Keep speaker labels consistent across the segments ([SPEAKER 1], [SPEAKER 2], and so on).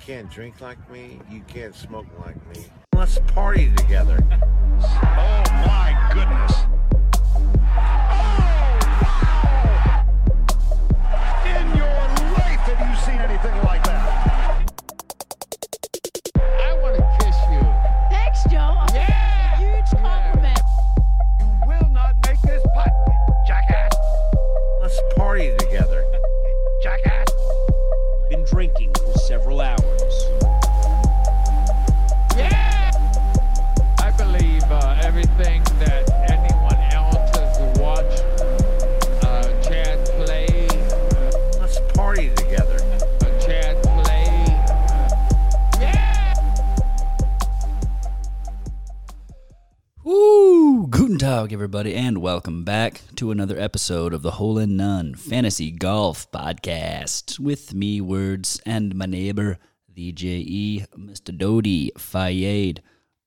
[SPEAKER 1] can't drink like me. You can't smoke like me. Let's party together.
[SPEAKER 2] Oh my goodness. Oh, wow. In your life have you seen anything like that? I want to kiss you.
[SPEAKER 3] Thanks, Joe.
[SPEAKER 2] Yeah.
[SPEAKER 3] Huge compliment.
[SPEAKER 2] You will not make this putt, jackass.
[SPEAKER 1] Let's party together.
[SPEAKER 2] Jackass.
[SPEAKER 4] been drinking for several hours.
[SPEAKER 5] Yeah! I believe uh, everything that anyone else has watched uh, Chad play,
[SPEAKER 1] Let's party together.
[SPEAKER 5] uh, Chad play. Yeah!
[SPEAKER 6] Woo! Guten Tag, everybody, and welcome back to another episode of the Hole in None Fantasy Golf Podcast. With me, Words, and my neighbor, the JE, Mr. Dodie Fayed.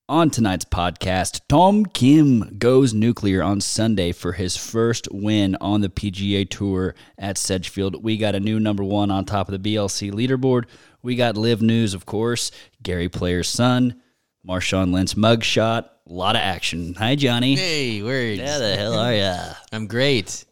[SPEAKER 6] On tonight's podcast, Tom Kim goes nuclear on Sunday for his first win on the PGA Tour at Sedgefield. We got a new number one on top of the BLC leaderboard. We got live news, of course, Gary Player's son, Marshawn Lynch mugshot. A lot of action. Hi, Johnny.
[SPEAKER 7] Hey, words.
[SPEAKER 6] How the hell are ya?
[SPEAKER 7] I'm great.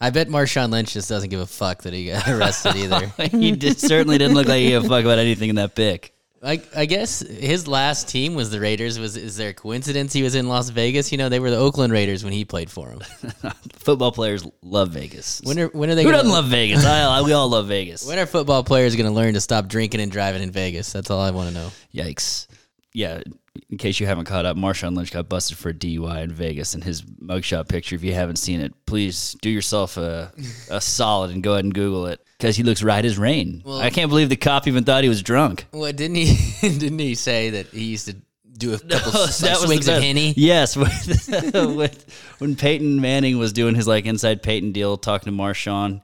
[SPEAKER 7] I bet Marshawn Lynch just doesn't give a fuck that he got arrested either.
[SPEAKER 6] he did, certainly didn't look like he gave a fuck about anything in that pic.
[SPEAKER 7] I, I guess his last team was the Raiders. Was is there a coincidence he was in Las Vegas? You know, they were the Oakland Raiders when he played for them.
[SPEAKER 6] Football players love Vegas.
[SPEAKER 7] When are when are they?
[SPEAKER 6] Who
[SPEAKER 7] gonna,
[SPEAKER 6] doesn't love Vegas? I, I- we all love Vegas.
[SPEAKER 7] When are football players going to learn to stop drinking and driving in Vegas? That's all I want to know.
[SPEAKER 6] Yikes. Yeah, in case you haven't caught up, Marshawn Lynch got busted for a DUI in Vegas, and his mugshot picture, if you haven't seen it, please do yourself a, a solid and go ahead and Google it because he looks right as rain. I can't believe the cop even thought he was drunk.
[SPEAKER 7] Well, didn't he? Didn't he say that he used to do a couple s-
[SPEAKER 6] that was the
[SPEAKER 7] swings of
[SPEAKER 6] best.
[SPEAKER 7] henny?
[SPEAKER 6] Yes, with, with, when Peyton Manning was doing his like inside Peyton deal, talking to Marshawn,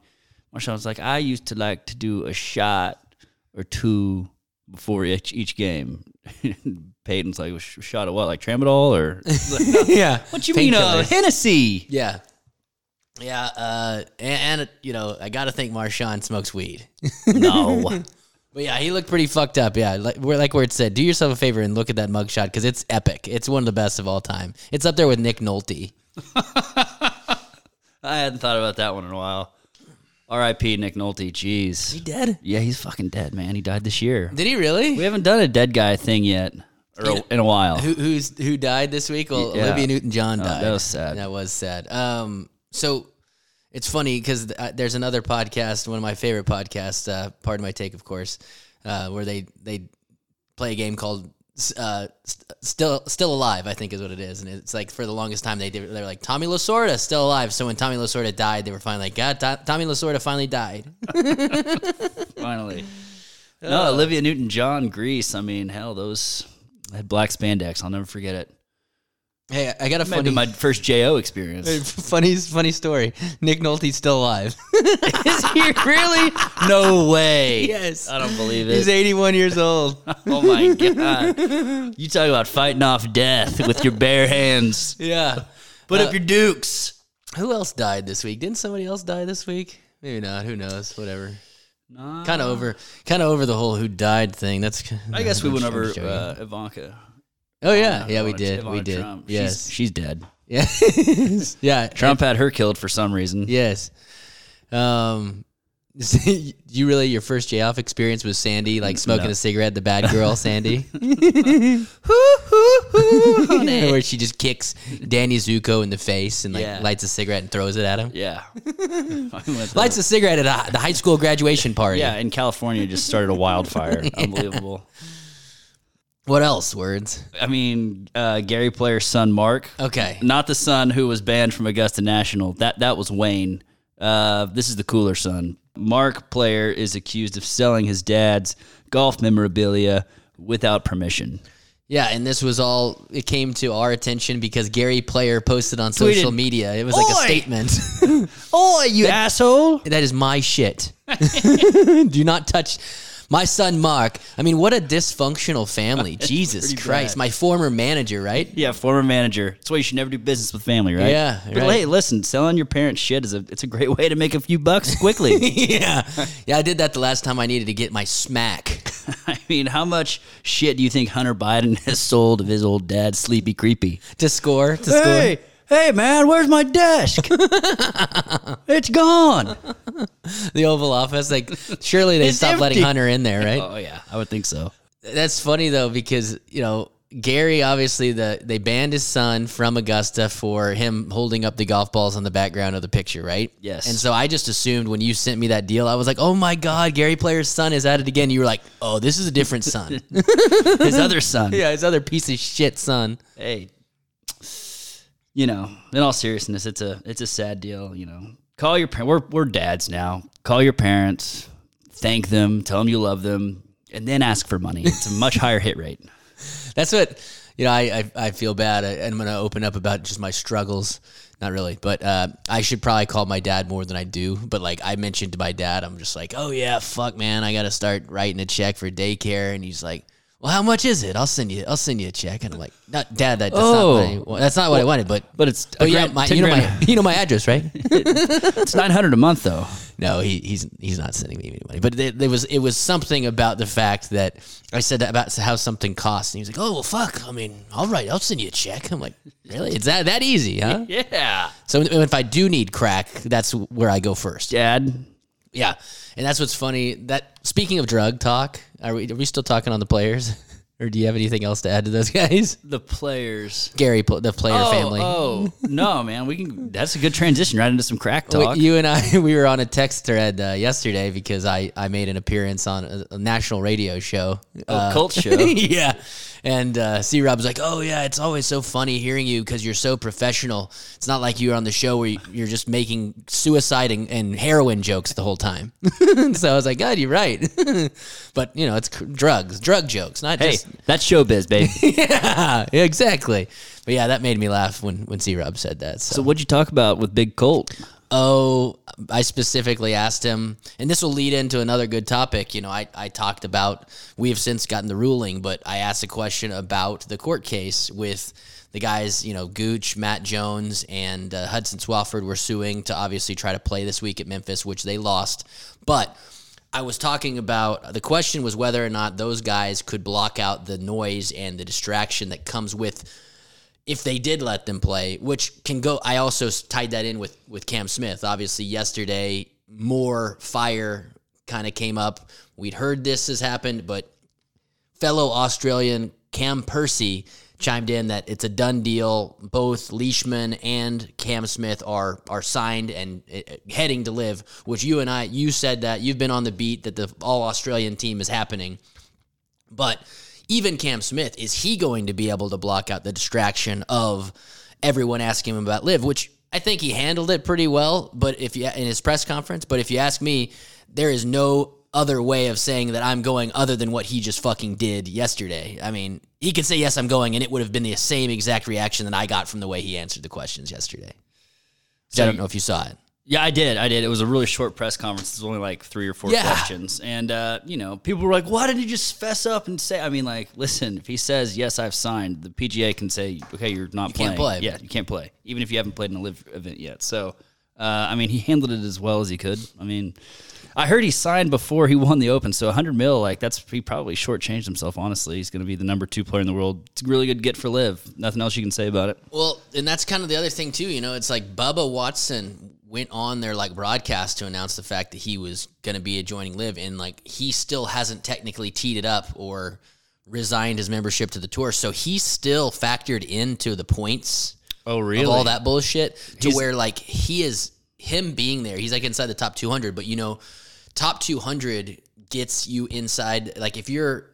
[SPEAKER 6] Marshawn was like, "I used to like to do a shot or two before each, each game." Peyton's like, "Sh- "Shot of what? Like tramadol or
[SPEAKER 7] yeah.
[SPEAKER 6] what you mean uh,
[SPEAKER 7] Painkillers.
[SPEAKER 6] Hennessy?"
[SPEAKER 7] Yeah. Yeah, uh, and, and you know, I got to think Marshawn smokes weed.
[SPEAKER 6] No,
[SPEAKER 7] But yeah, he looked pretty fucked up. Yeah, like where like where it said, do yourself a favor and look at that mugshot because it's epic. It's one of the best of all time. It's up there with Nick Nolte.
[SPEAKER 6] I hadn't thought about that one in a while. R.I.P. Nick Nolte. Jeez,
[SPEAKER 7] Dead?
[SPEAKER 6] yeah, he's fucking dead, man. He died this year.
[SPEAKER 7] Did he really?
[SPEAKER 6] We haven't done a dead guy thing yet, or a- in a while.
[SPEAKER 7] who who's who died this week? Well,
[SPEAKER 6] Yeah.
[SPEAKER 7] Olivia Newton-John
[SPEAKER 6] Oh,
[SPEAKER 7] died.
[SPEAKER 6] that was sad.
[SPEAKER 7] That was sad. Um, so it's funny because uh, there's another podcast, one of my favorite podcasts. Uh, pardon my take, of course, uh, where they they play a game called. Uh, st- still, still alive. I think is what it is, and it's like for the longest time they did, they were like Tommy Lasorda still alive. So when Tommy Lasorda died, they were finally like, God, To- Tommy Lasorda finally died.
[SPEAKER 6] finally. No, Olivia Newton John, Grease. I mean, hell, those I had black spandex. I'll never forget it.
[SPEAKER 7] hey, I got a
[SPEAKER 6] Might have been my
[SPEAKER 7] funny,
[SPEAKER 6] first JO experience.
[SPEAKER 7] funny, funny story. Nick Nolte's still alive.
[SPEAKER 6] Is he really? No way.
[SPEAKER 7] Yes.
[SPEAKER 6] I don't believe
[SPEAKER 7] He's
[SPEAKER 6] it.
[SPEAKER 7] 81 years old.
[SPEAKER 6] Oh my god. You talk about fighting off death with your bare hands.
[SPEAKER 7] yeah.
[SPEAKER 6] Put up your dukes.
[SPEAKER 7] Who else died this week? Didn't somebody else die this week? Maybe not. Who knows? Whatever. Kind of over, kind of over the whole who died thing. That's.
[SPEAKER 6] I guess we
[SPEAKER 7] I'm
[SPEAKER 6] went
[SPEAKER 7] sure-
[SPEAKER 6] over
[SPEAKER 7] I'm sure you-
[SPEAKER 6] uh, Ivanka.
[SPEAKER 7] oh yeah, yeah, we
[SPEAKER 6] Ivanka-
[SPEAKER 7] did, we
[SPEAKER 6] Ivanka
[SPEAKER 7] did.
[SPEAKER 6] Trump.
[SPEAKER 7] Yes,
[SPEAKER 6] she's, she's dead.
[SPEAKER 7] yeah, yeah.
[SPEAKER 6] Trump had her killed for some reason.
[SPEAKER 7] Yes. Um, you really your first J off experience was Sandy, like smoking a cigarette, the bad girl Sandy, where she just kicks Danny Zuko in the face and like
[SPEAKER 6] Yeah.
[SPEAKER 7] lights a cigarette and throws it at him.
[SPEAKER 6] Yeah. I went
[SPEAKER 7] Lights a cigarette at a, the high school graduation party.
[SPEAKER 6] Yeah, in California, just started a wildfire. Unbelievable.
[SPEAKER 7] What else? Words.
[SPEAKER 6] I mean, uh, Gary Player's son, Mark.
[SPEAKER 7] Okay.
[SPEAKER 6] Not the son who was banned from Augusta National. That that was Wayne. Uh, this is the cooler son. Mark Player is accused of selling his dad's golf memorabilia without permission.
[SPEAKER 7] Yeah, and this was all it came to our attention because Gary Player posted on social media. It was like a
[SPEAKER 6] "Oi!"
[SPEAKER 7] statement.
[SPEAKER 6] Oh, you asshole!
[SPEAKER 7] that is my shit. Do not touch my son Mark. I mean, what a dysfunctional family. Jesus Christ. My former manager, right?
[SPEAKER 6] Yeah, former manager. That's why you should never do business with family, right?
[SPEAKER 7] Yeah,
[SPEAKER 6] But
[SPEAKER 7] right.
[SPEAKER 6] hey, listen, selling your parents' shit is a it's a great way to make a few bucks quickly.
[SPEAKER 7] yeah. Yeah, I did that the last time I needed to get my smack.
[SPEAKER 6] I mean, how much shit do you think Hunter Biden has sold of his old dad, Sleepy Creepy?
[SPEAKER 7] to score. To
[SPEAKER 6] Hey, hey, man, where's my desk? it's gone.
[SPEAKER 7] score the Oval Office. Like surely they
[SPEAKER 6] It's
[SPEAKER 7] stopped letting
[SPEAKER 6] empty.
[SPEAKER 7] Hunter in there, right?
[SPEAKER 6] Oh yeah, I would think so.
[SPEAKER 7] That's funny though because you know Gary obviously the they banned his son from Augusta for him holding up the golf balls on the background of the picture, right?
[SPEAKER 6] Yes.
[SPEAKER 7] And so I just assumed when you sent me that deal, I was like, oh my god, Gary Player's son is at it again. You were like, oh, this is a different son.
[SPEAKER 6] His other son.
[SPEAKER 7] yeah, his other piece of shit son.
[SPEAKER 6] Hey, you know, in all seriousness, it's a it's a sad deal. You know, call your par- we're we're dads now. Call your parents, thank them, tell them you love them, and then ask for money. It's a much higher hit rate.
[SPEAKER 7] That's what you know. I I, I feel bad. I, I'm going to open up about just my struggles. Not really, but uh, I should probably call my dad more than I do. But like I mentioned to my dad, I'm just like, oh yeah, fuck, man, I got to start writing a check for daycare, and he's like. Well, how much is it? I'll send you. I'll send you a check, and I'm like, "Not, Dad. That, that's
[SPEAKER 6] Oh.
[SPEAKER 7] not. What I, wa- that's not what I wanted." But,
[SPEAKER 6] But it's
[SPEAKER 7] oh
[SPEAKER 6] a
[SPEAKER 7] yeah,
[SPEAKER 6] grand-
[SPEAKER 7] my,
[SPEAKER 6] 10
[SPEAKER 7] you know my,
[SPEAKER 6] grand.
[SPEAKER 7] you know my address, right?
[SPEAKER 6] It's nine hundred a month though.
[SPEAKER 7] No, he, he's he's not sending me any money. But there, there was it was something about the fact that I said that about how something costs, and he was like, "Oh well, fuck. I mean, all right, I'll send you a check." I'm like, "Really? It's that that easy, huh?"
[SPEAKER 6] Yeah,
[SPEAKER 7] so if I do need crack, that's where I go first.
[SPEAKER 6] Dad.
[SPEAKER 7] Yeah, and that's what's funny. That speaking of drug talk, are we are we still talking on the players, or do you have anything else to add to those guys?
[SPEAKER 6] The players.
[SPEAKER 7] Gary, pl- the player
[SPEAKER 6] Oh,
[SPEAKER 7] family.
[SPEAKER 6] oh no, man! We can. That's a good transition right into some crack
[SPEAKER 7] Wait,
[SPEAKER 6] talk.
[SPEAKER 7] You and I, we were on a text thread uh, yesterday because I, I made an appearance on a, a national radio show.
[SPEAKER 6] Oh, cult show.
[SPEAKER 7] yeah. And uh, C Rob's like, oh, yeah, it's always so funny hearing you because you're so professional. It's not like you're on the show where you- you're just making suicide and, and heroin jokes the whole time. so I was like, God, you're right. but, you know, it's cr- drugs, drug jokes, not
[SPEAKER 6] hey,
[SPEAKER 7] just.
[SPEAKER 6] that's showbiz, babe.
[SPEAKER 7] Yeah, exactly. But yeah, that made me laugh when, when C Rob said that.
[SPEAKER 6] so what'd you talk about with Big Colt?
[SPEAKER 7] Oh, I specifically asked him, and this will lead into another good topic. You know, I, I talked about, we have since gotten the ruling, but I asked a question about the court case with the guys, you know, Gooch, Matt Jones, and uh, Hudson Swafford were suing to obviously try to play this week at Memphis, which they lost. But I was talking about uh, the question was whether or not those guys could block out the noise and the distraction that comes with if they did let them play, which can go. I also s- tied that in with with Cam Smith. Obviously, yesterday more fire kind of came up. We'd heard this has happened, but fellow Australian Cam Percy chimed in that it's a done deal. Both Leishman and Cam Smith are are signed and uh, uh, heading to live. Which you and I, you said that you've been on the beat that the all Australian team is happening. But even Cam Smith, is he going to be able to block out the distraction of everyone asking him about live? Which I think he handled it pretty well. But if you in his press conference, but if you ask me, there is no other way of saying that I'm going other than what he just fucking did yesterday. I mean, he could say yes, I'm going, and it would have been the same exact reaction that I got from the way he answered the questions yesterday. So I don't know if you saw it.
[SPEAKER 6] Yeah, I did. I did. It was a really short press conference. It was only like three or four
[SPEAKER 7] Yeah.
[SPEAKER 6] questions. And, uh, you know, people were like, why didn't he just fess up and say, I mean, like, listen, if he says, yes, I've signed, the PGA can say, okay, you're not playing.
[SPEAKER 7] can't play.
[SPEAKER 6] Yeah, you can't play, even if you haven't played in a live event yet. So, uh, I mean, he handled it as well as he could. I mean, I heard he signed before he won the Open. So 100 mil, like, that's, he probably shortchanged himself, honestly. He's going to be the number two player in the world. It's a really good get for live. Nothing else you can say about it.
[SPEAKER 7] Well, and that's kind of the other thing too. You know, it's like Bubba Watson went on their like broadcast to announce the fact that he was going to be joining Live, and like he still hasn't technically teed it up or resigned his membership to the tour, so he's still factored into the points
[SPEAKER 6] Oh, really?
[SPEAKER 7] of all that bullshit to where like he is him being there. He's like inside the top 200, but you know, top 200 gets you inside. Like if you're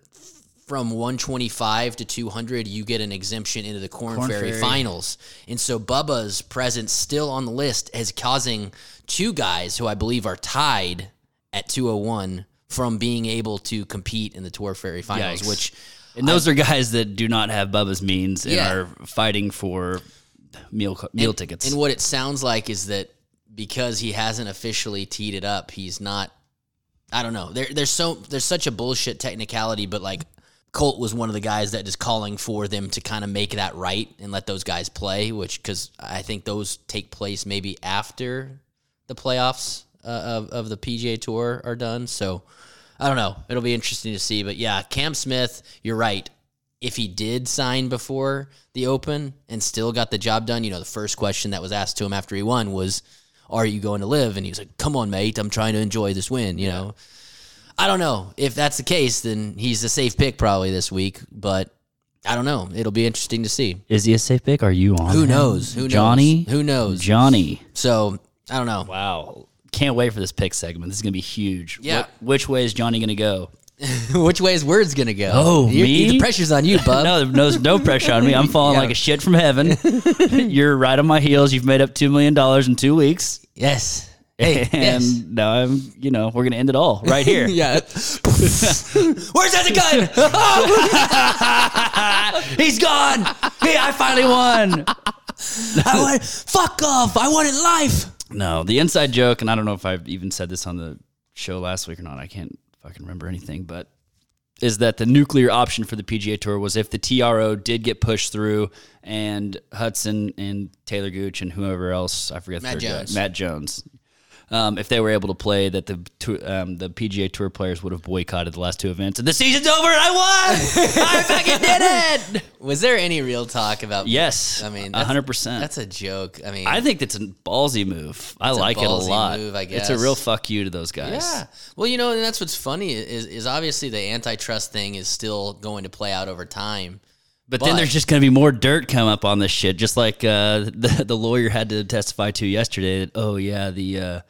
[SPEAKER 7] from 125 to 200, you get an exemption into the Corn,
[SPEAKER 6] Corn
[SPEAKER 7] Ferry,
[SPEAKER 6] Ferry.
[SPEAKER 7] Finals. And so Bubba's presence still on the list is causing two guys who I believe are tied at 201 from being able to compete in the Tour Ferry Finals,
[SPEAKER 6] Yikes.
[SPEAKER 7] which
[SPEAKER 6] And those are guys that do not have Bubba's means and
[SPEAKER 7] Yeah.
[SPEAKER 6] are fighting for meal co- meal tickets.
[SPEAKER 7] And what it sounds like is that because he hasn't officially teed it up, he's not. I don't know. There, there's so there's such a bullshit technicality, but like Colt was one of the guys that is calling for them to kind of make that right and let those guys play, which because I think those take place maybe after the playoffs uh, of of the PGA Tour are done. So I don't know. It'll be interesting to see. But yeah, Cam Smith, you're right. If he did sign before the Open and still got the job done, you know, the first question that was asked to him after he won was, "Are you going to live?" And he was like, "Come on, mate, I'm trying to enjoy this win." You know, I don't know if that's the case. Then he's a safe pick probably this week, but I don't know. It'll be interesting to see.
[SPEAKER 6] Is he a safe pick? Are you on?
[SPEAKER 7] Who
[SPEAKER 6] him?
[SPEAKER 7] knows? Who knows?
[SPEAKER 6] Johnny?
[SPEAKER 7] Who knows?
[SPEAKER 6] Johnny.
[SPEAKER 7] So I don't know.
[SPEAKER 6] Wow. Can't wait for this pick segment. This is going to be huge.
[SPEAKER 7] Yeah.
[SPEAKER 6] What- which way is Johnny going to go?
[SPEAKER 7] Which way is words gonna go?
[SPEAKER 6] Oh,
[SPEAKER 7] You-
[SPEAKER 6] me?
[SPEAKER 7] The pressure's on you, bub.
[SPEAKER 6] No, no, there's no pressure on me. I'm falling
[SPEAKER 7] Yeah.
[SPEAKER 6] like a shit from heaven. You're right on my heels. You've made up $2 million in two weeks.
[SPEAKER 7] Yes. Hey,
[SPEAKER 6] and
[SPEAKER 7] yes.
[SPEAKER 6] now I'm, you know, we're going to end it all right here.
[SPEAKER 7] Yeah. Where's that gun?
[SPEAKER 6] He's gone. hey, I finally won.
[SPEAKER 7] I want, fuck off. I wanted life.
[SPEAKER 6] No, the inside joke, and I don't know if I've even said this on the show last week or not. I can't fucking remember anything, but is that the nuclear option for the PGA Tour was if the TRO did get pushed through and Hudson and Taylor Gooch and whoever else, I forget the
[SPEAKER 7] Matt
[SPEAKER 6] third guy,
[SPEAKER 7] Jones.
[SPEAKER 6] Matt Jones. Um, if they were able to play, that the tou- um, the PGA Tour players would have boycotted the last two events, and the season's over, and I won. I fucking did it.
[SPEAKER 7] Was there any real talk about?
[SPEAKER 6] Yes,
[SPEAKER 7] I mean, that's-
[SPEAKER 6] hundred percent.
[SPEAKER 7] That's a joke. I mean,
[SPEAKER 6] I think that's a ballsy move. I
[SPEAKER 7] a
[SPEAKER 6] like it a
[SPEAKER 7] ballsy
[SPEAKER 6] lot.
[SPEAKER 7] move, I
[SPEAKER 6] It's a
[SPEAKER 7] guess.
[SPEAKER 6] real fuck you to those guys.
[SPEAKER 7] yeah. Well, you know, and that's what's funny is, is obviously the antitrust thing is still going to play out over time.
[SPEAKER 6] But, then
[SPEAKER 7] But-
[SPEAKER 6] there's just going to be more dirt come up on this shit, just like uh, the the lawyer had to testify to yesterday that oh yeah the uh,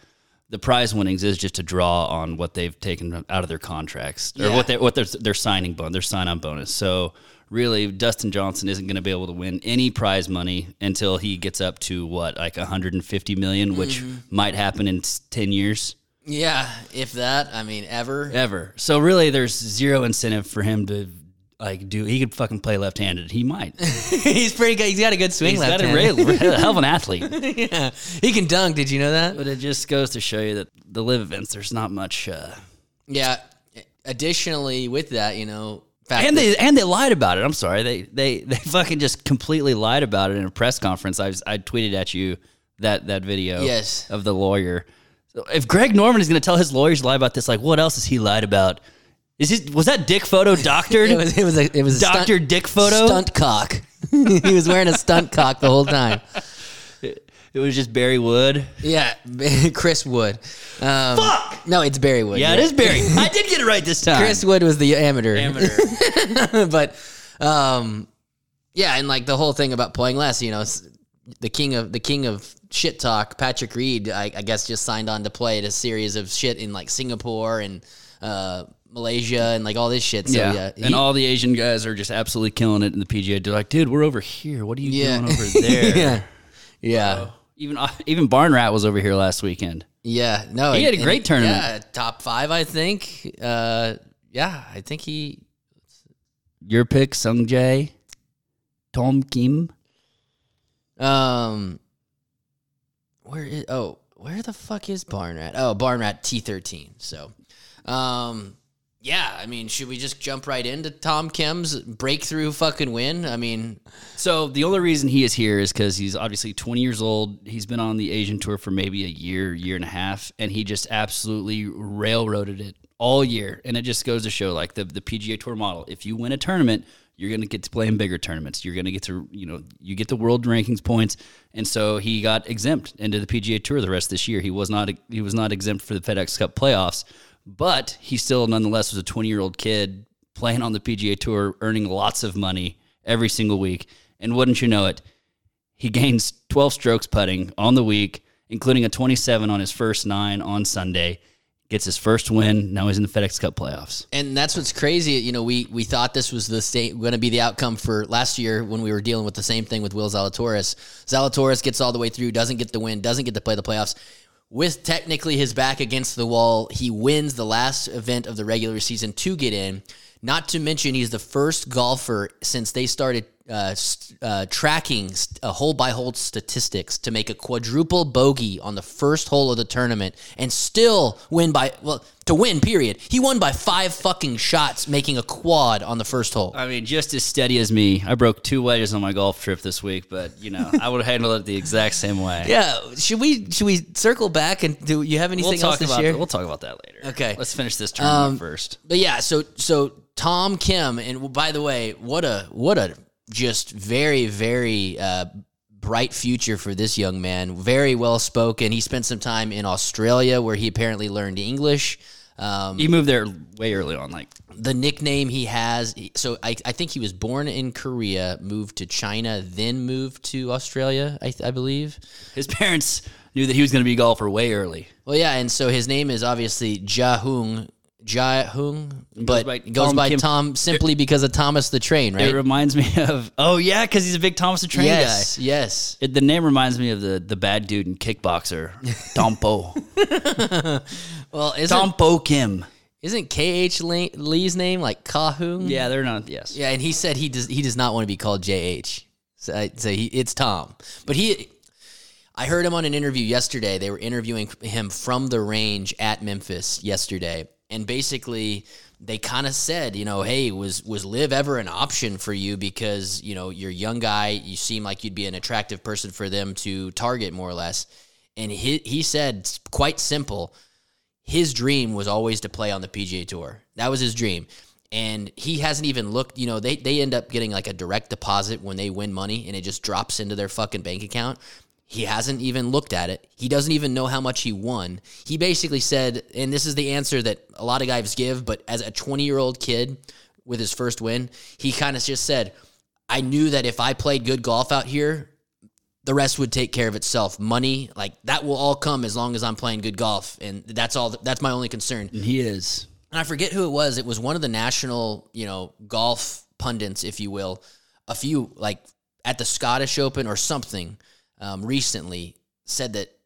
[SPEAKER 6] the prize winnings is just a draw on what they've taken out of their contracts or
[SPEAKER 7] Yeah.
[SPEAKER 6] what they what their their signing bon their sign on bonus. So really, Dustin Johnson isn't going to be able to win any prize money until he gets up to what like 150 million, which
[SPEAKER 7] Mm-hmm.
[SPEAKER 6] might happen in s- 10 years.
[SPEAKER 7] Yeah, if that. I mean, ever.
[SPEAKER 6] ever. So really, there's zero incentive for him to like do. He could fucking play left-handed. He might.
[SPEAKER 7] he's pretty good. He's got a good swing
[SPEAKER 6] He's got
[SPEAKER 7] left
[SPEAKER 6] a
[SPEAKER 7] hand.
[SPEAKER 6] real, real hell of an athlete.
[SPEAKER 7] yeah. He can dunk. Did you know that?
[SPEAKER 6] But it just goes to show you that the live events, there's not much. Uh,
[SPEAKER 7] Yeah. Additionally, with that, you know, fact
[SPEAKER 6] and
[SPEAKER 7] that-
[SPEAKER 6] they and they lied about it. I'm sorry. They they they fucking just completely lied about it in a press conference. I was, I tweeted at you that that video.
[SPEAKER 7] Yes.
[SPEAKER 6] Of the lawyer. So if Greg Norman is going to tell his lawyers to lie about this, like what else has he lied about? Is his, was that dick photo doctored?
[SPEAKER 7] it was it was a it was a
[SPEAKER 6] Dr.
[SPEAKER 7] stunt-
[SPEAKER 6] Dick photo?
[SPEAKER 7] stunt cock. he was wearing a stunt cock the whole time.
[SPEAKER 6] it was just Barry Wood.
[SPEAKER 7] Yeah, Chris Wood. Um,
[SPEAKER 6] Fuck!
[SPEAKER 7] No, it's Barry Wood.
[SPEAKER 6] Yeah, it is Barry. I did get it right this time.
[SPEAKER 7] Chris Wood was the amateur.
[SPEAKER 6] Amateur.
[SPEAKER 7] but um, yeah, and like the whole thing about playing less, you know, s- the king of the king of shit talk, Patrick Reed, I, I guess just signed on to play at a series of shit in like Singapore and uh, Malaysia and like all this shit. So yeah,
[SPEAKER 6] and
[SPEAKER 7] he-
[SPEAKER 6] all the Asian guys are just absolutely killing it in the PGA. They're like, dude, we're over here. What are you
[SPEAKER 7] Yeah.
[SPEAKER 6] doing over there?
[SPEAKER 7] yeah, yeah.
[SPEAKER 6] Even uh, even Barn Rat was over here last weekend.
[SPEAKER 7] Yeah, no,
[SPEAKER 6] He had a
[SPEAKER 7] and-
[SPEAKER 6] great tournament.
[SPEAKER 7] Yeah, top five, I think. Uh, yeah, I think he.
[SPEAKER 6] Your pick, Sung Jae, Tom Kim.
[SPEAKER 7] Um, where is? Oh, where the fuck is Barn Rat? Oh, Barn Rat T thirteen. So, um, yeah, I mean, should we just jump right into Tom Kim's breakthrough fucking win? I mean,
[SPEAKER 6] So the only reason he is here is because he's obviously 20 years old. He's been on the Asian tour for maybe a year, year and a half, and he just absolutely railroaded it all year. And it just goes to show, like the the PGA Tour model. If you win a tournament, you're going to get to play in bigger tournaments. You're going to get to you know you get the world rankings points. And so he got exempt into the PGA Tour the rest of this year. He was not he was not exempt for the FedEx Cup playoffs, but he still nonetheless was a 20 year old kid playing on the PGA Tour, earning lots of money every single week. And wouldn't you know it, he gains 12 strokes putting on the week, including a 27 on his first nine on Sunday. Gets his first win. Now he's in the FedEx Cup playoffs.
[SPEAKER 7] and that's what's crazy. You know, we we thought this was the same going to be the outcome for last year when we were dealing with the same thing with Will Zalatoris. Zalatoris gets all the way through, doesn't get the win, doesn't get to play the playoffs. With technically his back against the wall, he wins the last event of the regular season to get in. Not to mention, he's the first golfer since they started uh, st- uh, tracking st- uh, hole by hole statistics to make a quadruple bogey on the first hole of the tournament and still win by well to win. Period. He won by five fucking shots, making a quad on the first hole.
[SPEAKER 6] I mean, just as steady as me. I broke two wedges on my golf trip this week, but you know, I would handle it the exact same way.
[SPEAKER 7] yeah, should we should we circle back and do you have anything
[SPEAKER 6] we'll talk
[SPEAKER 7] else this
[SPEAKER 6] about
[SPEAKER 7] year?
[SPEAKER 6] that- we'll talk about that later.
[SPEAKER 7] Okay.
[SPEAKER 6] let's finish this tournament
[SPEAKER 7] Um,
[SPEAKER 6] first.
[SPEAKER 7] But yeah, so so Tom Kim, and by the way, what a what a just very very uh, bright future for this young man. Very well spoken. He spent some time in Australia where he apparently learned English. Um,
[SPEAKER 6] You moved there way early on, like
[SPEAKER 7] the nickname he has, so I, I think he was born in Korea, moved to China, then moved to Australia, I, I believe.
[SPEAKER 6] his parents knew that he was going to be a golfer way early.
[SPEAKER 7] Well, yeah, and so his name is obviously Ja Hung. Ja Hung, but
[SPEAKER 6] by
[SPEAKER 7] goes
[SPEAKER 6] Tom
[SPEAKER 7] by
[SPEAKER 6] Kim.
[SPEAKER 7] Tom simply because of Thomas the Train, right?
[SPEAKER 6] It reminds me of oh yeah, because he's a big Thomas the Train
[SPEAKER 7] yes,
[SPEAKER 6] guy.
[SPEAKER 7] yes.
[SPEAKER 6] It, the name reminds me of the the bad dude in Kickboxer, Dompo
[SPEAKER 7] Well, isn't
[SPEAKER 6] Dompo Kim.
[SPEAKER 7] isn't KH Lee- Lee's name like Cahoon?
[SPEAKER 6] Yeah, they're not. Yes,
[SPEAKER 7] Yeah, and he said he does he does not want to be called JH. So, I, so he, it's Tom. But he I heard him on an interview yesterday. They were interviewing him from the range at Memphis yesterday. And basically they kind of said, you know, hey, was was live ever an option for you because, you know, you're a young guy, you seem like you'd be an attractive person for them to target more or less. And he he said s- quite simple, his dream was always to play on the PGA Tour. That was his dream. And he hasn't even looked, you know, they, they end up getting like a direct deposit when they win money and it just drops into their fucking bank account. He hasn't even looked at it. He doesn't even know how much he won. He basically said, and this is the answer that a lot of guys give, but as a 20 year old kid with his first win, he kind of just said, I knew that if I played good golf out here, the rest would take care of itself. Money, like that will all come as long as I'm playing good golf. And that's all, that's my only concern.
[SPEAKER 6] and he is.
[SPEAKER 7] And I forget who it was. It was one of the national, you know, golf pundits, if you will, a few like at the Scottish Open or something um, recently said that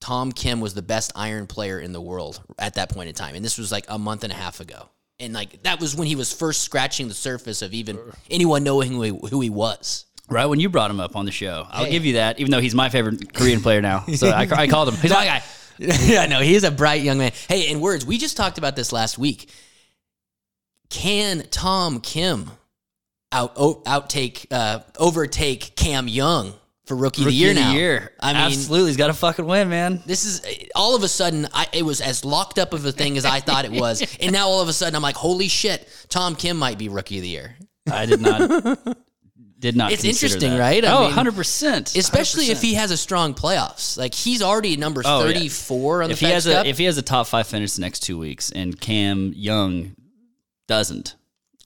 [SPEAKER 7] Tom Kim was the best iron player in the world at that point in time. And this was like a month and a half ago. And like that was when he was first scratching the surface of even anyone knowing who he, who he was.
[SPEAKER 6] Right when you brought him up on the show, I'll
[SPEAKER 7] Hey.
[SPEAKER 6] give you that. Even though he's my favorite Korean player now, so I, I called him. He's my guy.
[SPEAKER 7] yeah, no, he is a bright young man. Hey, in words, we just talked about this last week. Can Tom Kim out o- outtake uh, overtake Cam Young for rookie, of the
[SPEAKER 6] Rookie
[SPEAKER 7] year
[SPEAKER 6] of the
[SPEAKER 7] now?
[SPEAKER 6] year.
[SPEAKER 7] I mean,
[SPEAKER 6] absolutely, he's got to fucking win, man.
[SPEAKER 7] this is all of a sudden. I, it was as locked up of a thing as I thought it was, and now all of a sudden I'm like, holy shit, Tom Kim might be rookie of the year.
[SPEAKER 6] I did not. Did not.
[SPEAKER 7] It's
[SPEAKER 6] consider
[SPEAKER 7] interesting,
[SPEAKER 6] that.
[SPEAKER 7] right? I
[SPEAKER 6] oh,
[SPEAKER 7] mean,
[SPEAKER 6] 100 percent.
[SPEAKER 7] Especially if he has a strong playoffs, like he's already number
[SPEAKER 6] Oh, yeah.
[SPEAKER 7] thirty-four on the
[SPEAKER 6] if he has
[SPEAKER 7] FedEx Cup.
[SPEAKER 6] a if he has a top five finish the next two weeks, and Cam Young doesn't.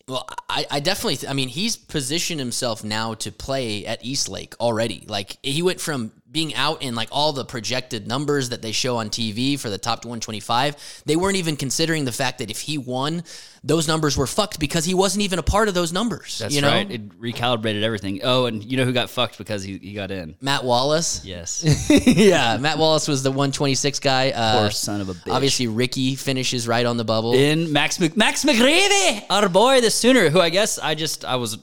[SPEAKER 7] Well, I, I definitely, th- I mean, he's positioned himself now to play at Eastlake already. Like, he went from being out in like all the projected numbers that they show on TV for the top 125. They weren't even considering the fact that if he won, those numbers were fucked because he wasn't even a part of those numbers.
[SPEAKER 6] That's
[SPEAKER 7] you know,
[SPEAKER 6] right. It recalibrated everything. Oh, and you know who got fucked because he, he got in?
[SPEAKER 7] Matt Wallace.
[SPEAKER 6] Yes,
[SPEAKER 7] yeah, Matt Wallace was the 126 guy. Uh,
[SPEAKER 6] poor son of a bitch.
[SPEAKER 7] Obviously, Ricky finishes right on the bubble.
[SPEAKER 6] in Max Mc, Max McGreevy, our boy, the Sooner, who I guess I just I was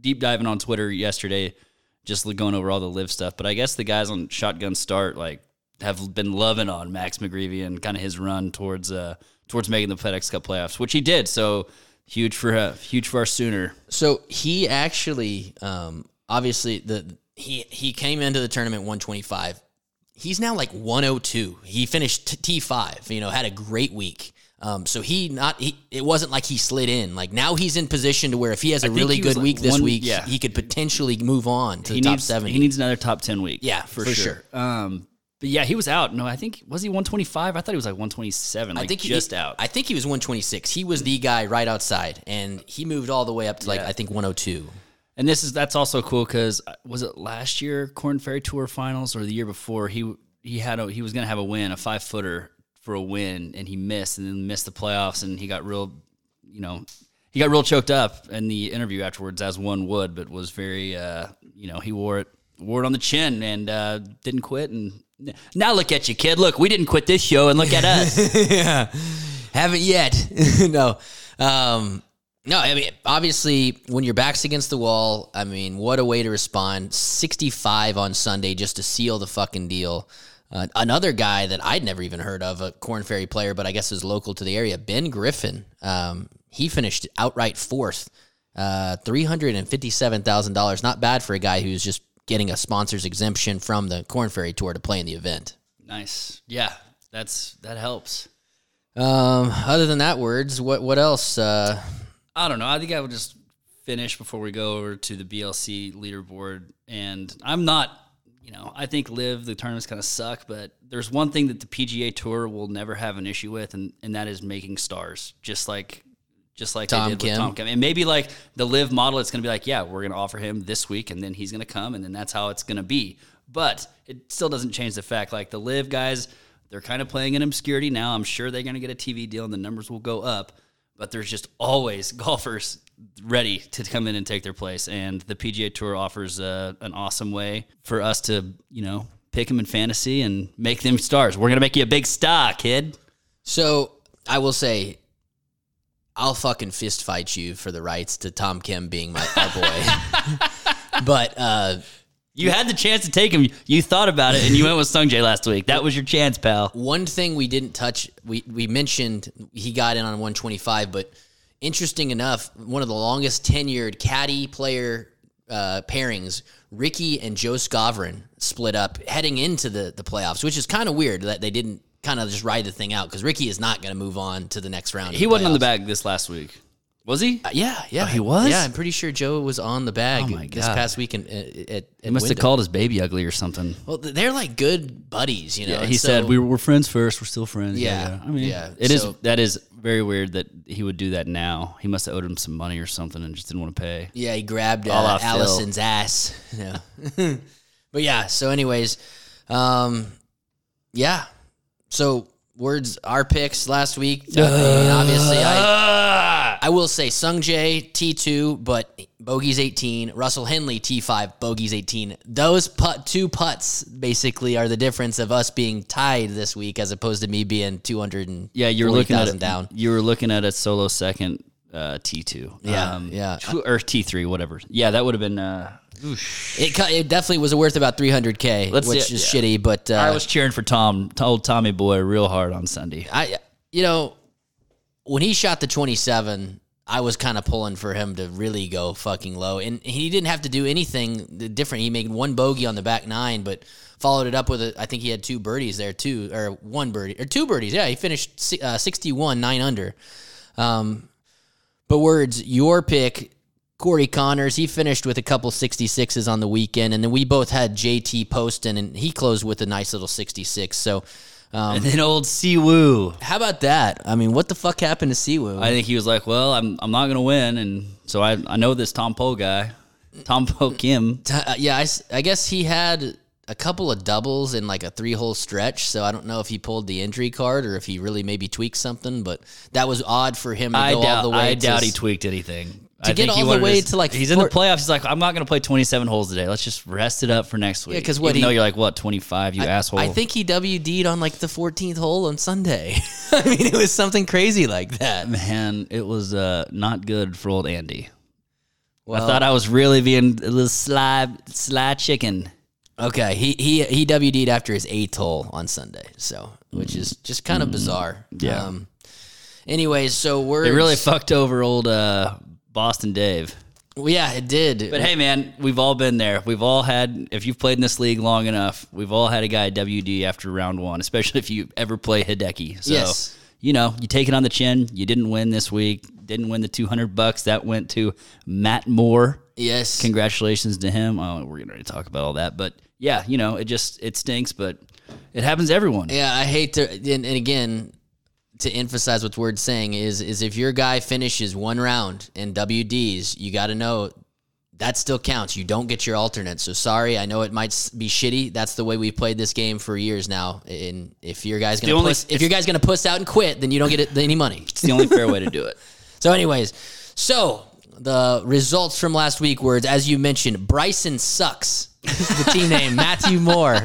[SPEAKER 6] deep diving on Twitter yesterday, just going over all the live stuff. But I guess the guys on Shotgun Start like have been loving on Max McGreevy and kind of his run towards uh towards making the FedEx Cup playoffs, which he did. So huge for uh, huge for our Sooner.
[SPEAKER 7] So he actually, um, obviously, the he he came into the tournament 125. He's now like 102. He finished T five. You know, had a great week. Um, so he not he, it wasn't like he slid in. Like now he's in position to where if he has a
[SPEAKER 6] think
[SPEAKER 7] really
[SPEAKER 6] he was,
[SPEAKER 7] good
[SPEAKER 6] like,
[SPEAKER 7] week this
[SPEAKER 6] one-
[SPEAKER 7] week,
[SPEAKER 6] yeah.
[SPEAKER 7] he could potentially move on to the
[SPEAKER 6] He
[SPEAKER 7] top
[SPEAKER 6] needs
[SPEAKER 7] seventy.
[SPEAKER 6] he needs another top ten week.
[SPEAKER 7] Yeah, for
[SPEAKER 6] Um, but yeah, he was out. No, I think was he 125? I thought he was like 127. Like
[SPEAKER 7] I think he
[SPEAKER 6] just out.
[SPEAKER 7] I think he was 126. He was the guy right outside, and he moved all the way up to like I think 102.
[SPEAKER 6] And this is that's also cool because was it last year Corn Ferry Tour Finals or the year before he he had a, he was gonna have a win a five footer for a win and he missed and then missed the playoffs and he got real you know he got real choked up in the interview afterwards as one would but was very uh, you know he wore it wore it on the chin and uh, didn't quit and now look at you kid look we didn't quit this show and look at us
[SPEAKER 7] Haven't yet. no. Um, No, I mean, obviously, when your back's against the wall, I mean, what a way to respond. 65 on Sunday just to seal the fucking deal. Uh, another guy that I'd never even heard of, a Corn Ferry player, but I guess is local to the area, Ben Griffin. Um, he finished outright fourth, uh, $357,000. Not bad for a guy who's just getting a sponsor's exemption from the Corn Ferry Tour to play in the event.
[SPEAKER 6] Nice. Yeah, that's that helps.
[SPEAKER 7] Um, other than that, words, what, what else? Uh,
[SPEAKER 6] I don't know. I think I would just finish before we go over to the BLC leaderboard. And I'm not, you know, I think live the tournaments kind of suck, but there's one thing that the PGA Tour will never have an issue with, and, and that is making stars, just like. Just like they
[SPEAKER 7] Tom
[SPEAKER 6] did
[SPEAKER 7] Kim.
[SPEAKER 6] with Tom Kim, and maybe like the live model, it's going to be like, yeah, we're going to offer him this week, and then he's going to come, and then that's how it's going to be. But it still doesn't change the fact, like the live guys, they're kind of playing in obscurity now. I'm sure they're going to get a TV deal, and the numbers will go up but there's just always golfers ready to come in and take their place. And the PGA Tour offers uh, an awesome way for us to, you know, pick them in fantasy and make them stars. We're going to make you a big star, kid.
[SPEAKER 7] So I will say, I'll fucking fist fight you for the rights to Tom Kim being my our boy. but uh,
[SPEAKER 6] You had the chance to take him. You thought about it and you went with Sungjae last week. That was your chance, pal.
[SPEAKER 7] one thing we didn't touch, we we mentioned he got in on 125, but interesting enough, one of the longest tenured caddy player uh, pairings, Ricky and Joe Scovrin split up heading into the the playoffs, which is kind of weird that they didn't kind of just ride the thing out because Ricky is not going to move on to the next round. of
[SPEAKER 6] He wasn't on the
[SPEAKER 7] playoffs.
[SPEAKER 6] bag this last week. Was he?
[SPEAKER 7] Uh, Yeah, yeah,
[SPEAKER 6] he was?
[SPEAKER 7] Yeah, I'm pretty sure Joe was on the bag
[SPEAKER 6] Oh my
[SPEAKER 7] this
[SPEAKER 6] God.
[SPEAKER 7] past weekend. uh, At, at,
[SPEAKER 6] He must have called his baby ugly or something.
[SPEAKER 7] Well, th- they're like good buddies, you know.
[SPEAKER 6] Yeah,
[SPEAKER 7] and
[SPEAKER 6] he said
[SPEAKER 7] so-
[SPEAKER 6] we were, we're friends first. We're still friends.
[SPEAKER 7] Yeah,
[SPEAKER 6] I mean,
[SPEAKER 7] yeah,
[SPEAKER 6] it is
[SPEAKER 7] so-
[SPEAKER 6] that is very weird that he would do that now. He must have owed him some money or something and just didn't want to pay.
[SPEAKER 7] Yeah, he grabbed
[SPEAKER 6] All
[SPEAKER 7] uh,
[SPEAKER 6] I feel.
[SPEAKER 7] Allison's ass. No. but yeah. So, anyways, um, yeah. So words, our picks last week. I mean,
[SPEAKER 6] Uh.
[SPEAKER 7] obviously, I I will say Sung Jae T two, but bogeys eighteen. Russell Henley T five, bogeys eighteen. Those put two putts basically are the difference of us being tied this week as opposed to me being two hundred and
[SPEAKER 6] Yeah, you were looking at a,
[SPEAKER 7] down.
[SPEAKER 6] You were looking at a solo second uh, T two.
[SPEAKER 7] Yeah, yeah.
[SPEAKER 6] or T three, whatever. Yeah, that would have been. Uh,
[SPEAKER 7] It, cu- it definitely was worth about three hundred k,
[SPEAKER 6] Let's-
[SPEAKER 7] which
[SPEAKER 6] yeah,
[SPEAKER 7] is
[SPEAKER 6] yeah.
[SPEAKER 7] shitty. But uh,
[SPEAKER 6] I was cheering for Tom, old Tommy boy, real hard on Sunday.
[SPEAKER 7] I you know when he shot the 27 I was kind of pulling for him to really go fucking low and he didn't have to do anything th- different he made one bogey on the back nine but followed it up with a, I think he had two birdies there too or one birdie or two birdies yeah he finished si- uh, 61 9 under um but words your pick Corey Connors, he finished with a couple 66s on the weekend, and then we both had JT Poston, and he closed with a nice little 66. So, um,
[SPEAKER 6] And then old Siwoo.
[SPEAKER 7] how about that? I mean, what the fuck happened to Siwoo?
[SPEAKER 6] I think he was like, "Well, I'm I'm not gonna win," and so I I know this Tom Poe guy, Tom Poe Kim.
[SPEAKER 7] Uh, yeah, I, s- I guess he had a couple of doubles in like a three hole stretch, so I don't know if he pulled the injury card or if he really maybe tweaked something, but that was odd for him to
[SPEAKER 6] I
[SPEAKER 7] go
[SPEAKER 6] doubt,
[SPEAKER 7] all the way.
[SPEAKER 6] I
[SPEAKER 7] to
[SPEAKER 6] doubt he
[SPEAKER 7] s-
[SPEAKER 6] tweaked anything.
[SPEAKER 7] To
[SPEAKER 6] I
[SPEAKER 7] get
[SPEAKER 6] think he
[SPEAKER 7] all the
[SPEAKER 6] wanted
[SPEAKER 7] way
[SPEAKER 6] his-
[SPEAKER 7] to, like,
[SPEAKER 6] he's in the
[SPEAKER 7] four-
[SPEAKER 6] playoffs. He's like, I'm not going to play 27 holes today. Let's just rest it up for next week.
[SPEAKER 7] 'cause what
[SPEAKER 6] Even
[SPEAKER 7] he-
[SPEAKER 6] though you're like what 25, you asshole.
[SPEAKER 7] I think he WD'd on like the 14th hole on Sunday. I mean, it was something crazy like that.
[SPEAKER 6] man, it was uh, not good for old Andy.
[SPEAKER 7] Well,
[SPEAKER 6] I thought I was really being a little sly, sly chicken.
[SPEAKER 7] okay, he he he WD'd after his eighth hole on Sunday, so which is just kind of bizarre.
[SPEAKER 6] Mm, Yeah.
[SPEAKER 7] Um, anyways, so we're
[SPEAKER 6] It really fucked over old uh, Boston Dave.
[SPEAKER 7] Well, yeah, it did.
[SPEAKER 6] But hey, man, we've all been there. We've all had, if you've played in this league long enough, we've all had a guy WD after round one, especially if you ever play Hideki. So,
[SPEAKER 7] Yes.
[SPEAKER 6] you know, you take it on the chin. You didn't win this week, didn't win the 200 bucks. That went to Matt Moore.
[SPEAKER 7] yes,
[SPEAKER 6] Congratulations to him. Oh, we're going to talk about all that. But yeah, you know, it just, it stinks, but it happens to everyone.
[SPEAKER 7] yeah, I hate to. And, and again, to emphasize what word's saying is is if your guy finishes one round in WDs, you got to know that still counts. You don't get your alternate. So sorry, I know it might s- be shitty. That's the way we've played this game for years now. And if your guy's gonna
[SPEAKER 6] only-
[SPEAKER 7] puss, if your guy's gonna puss out and quit, then you don't get it, any money.
[SPEAKER 6] It's the only fair way to do it.
[SPEAKER 7] So, anyways, so the results from last week were, as you mentioned, Bryson sucks. the team name Matthew Moore.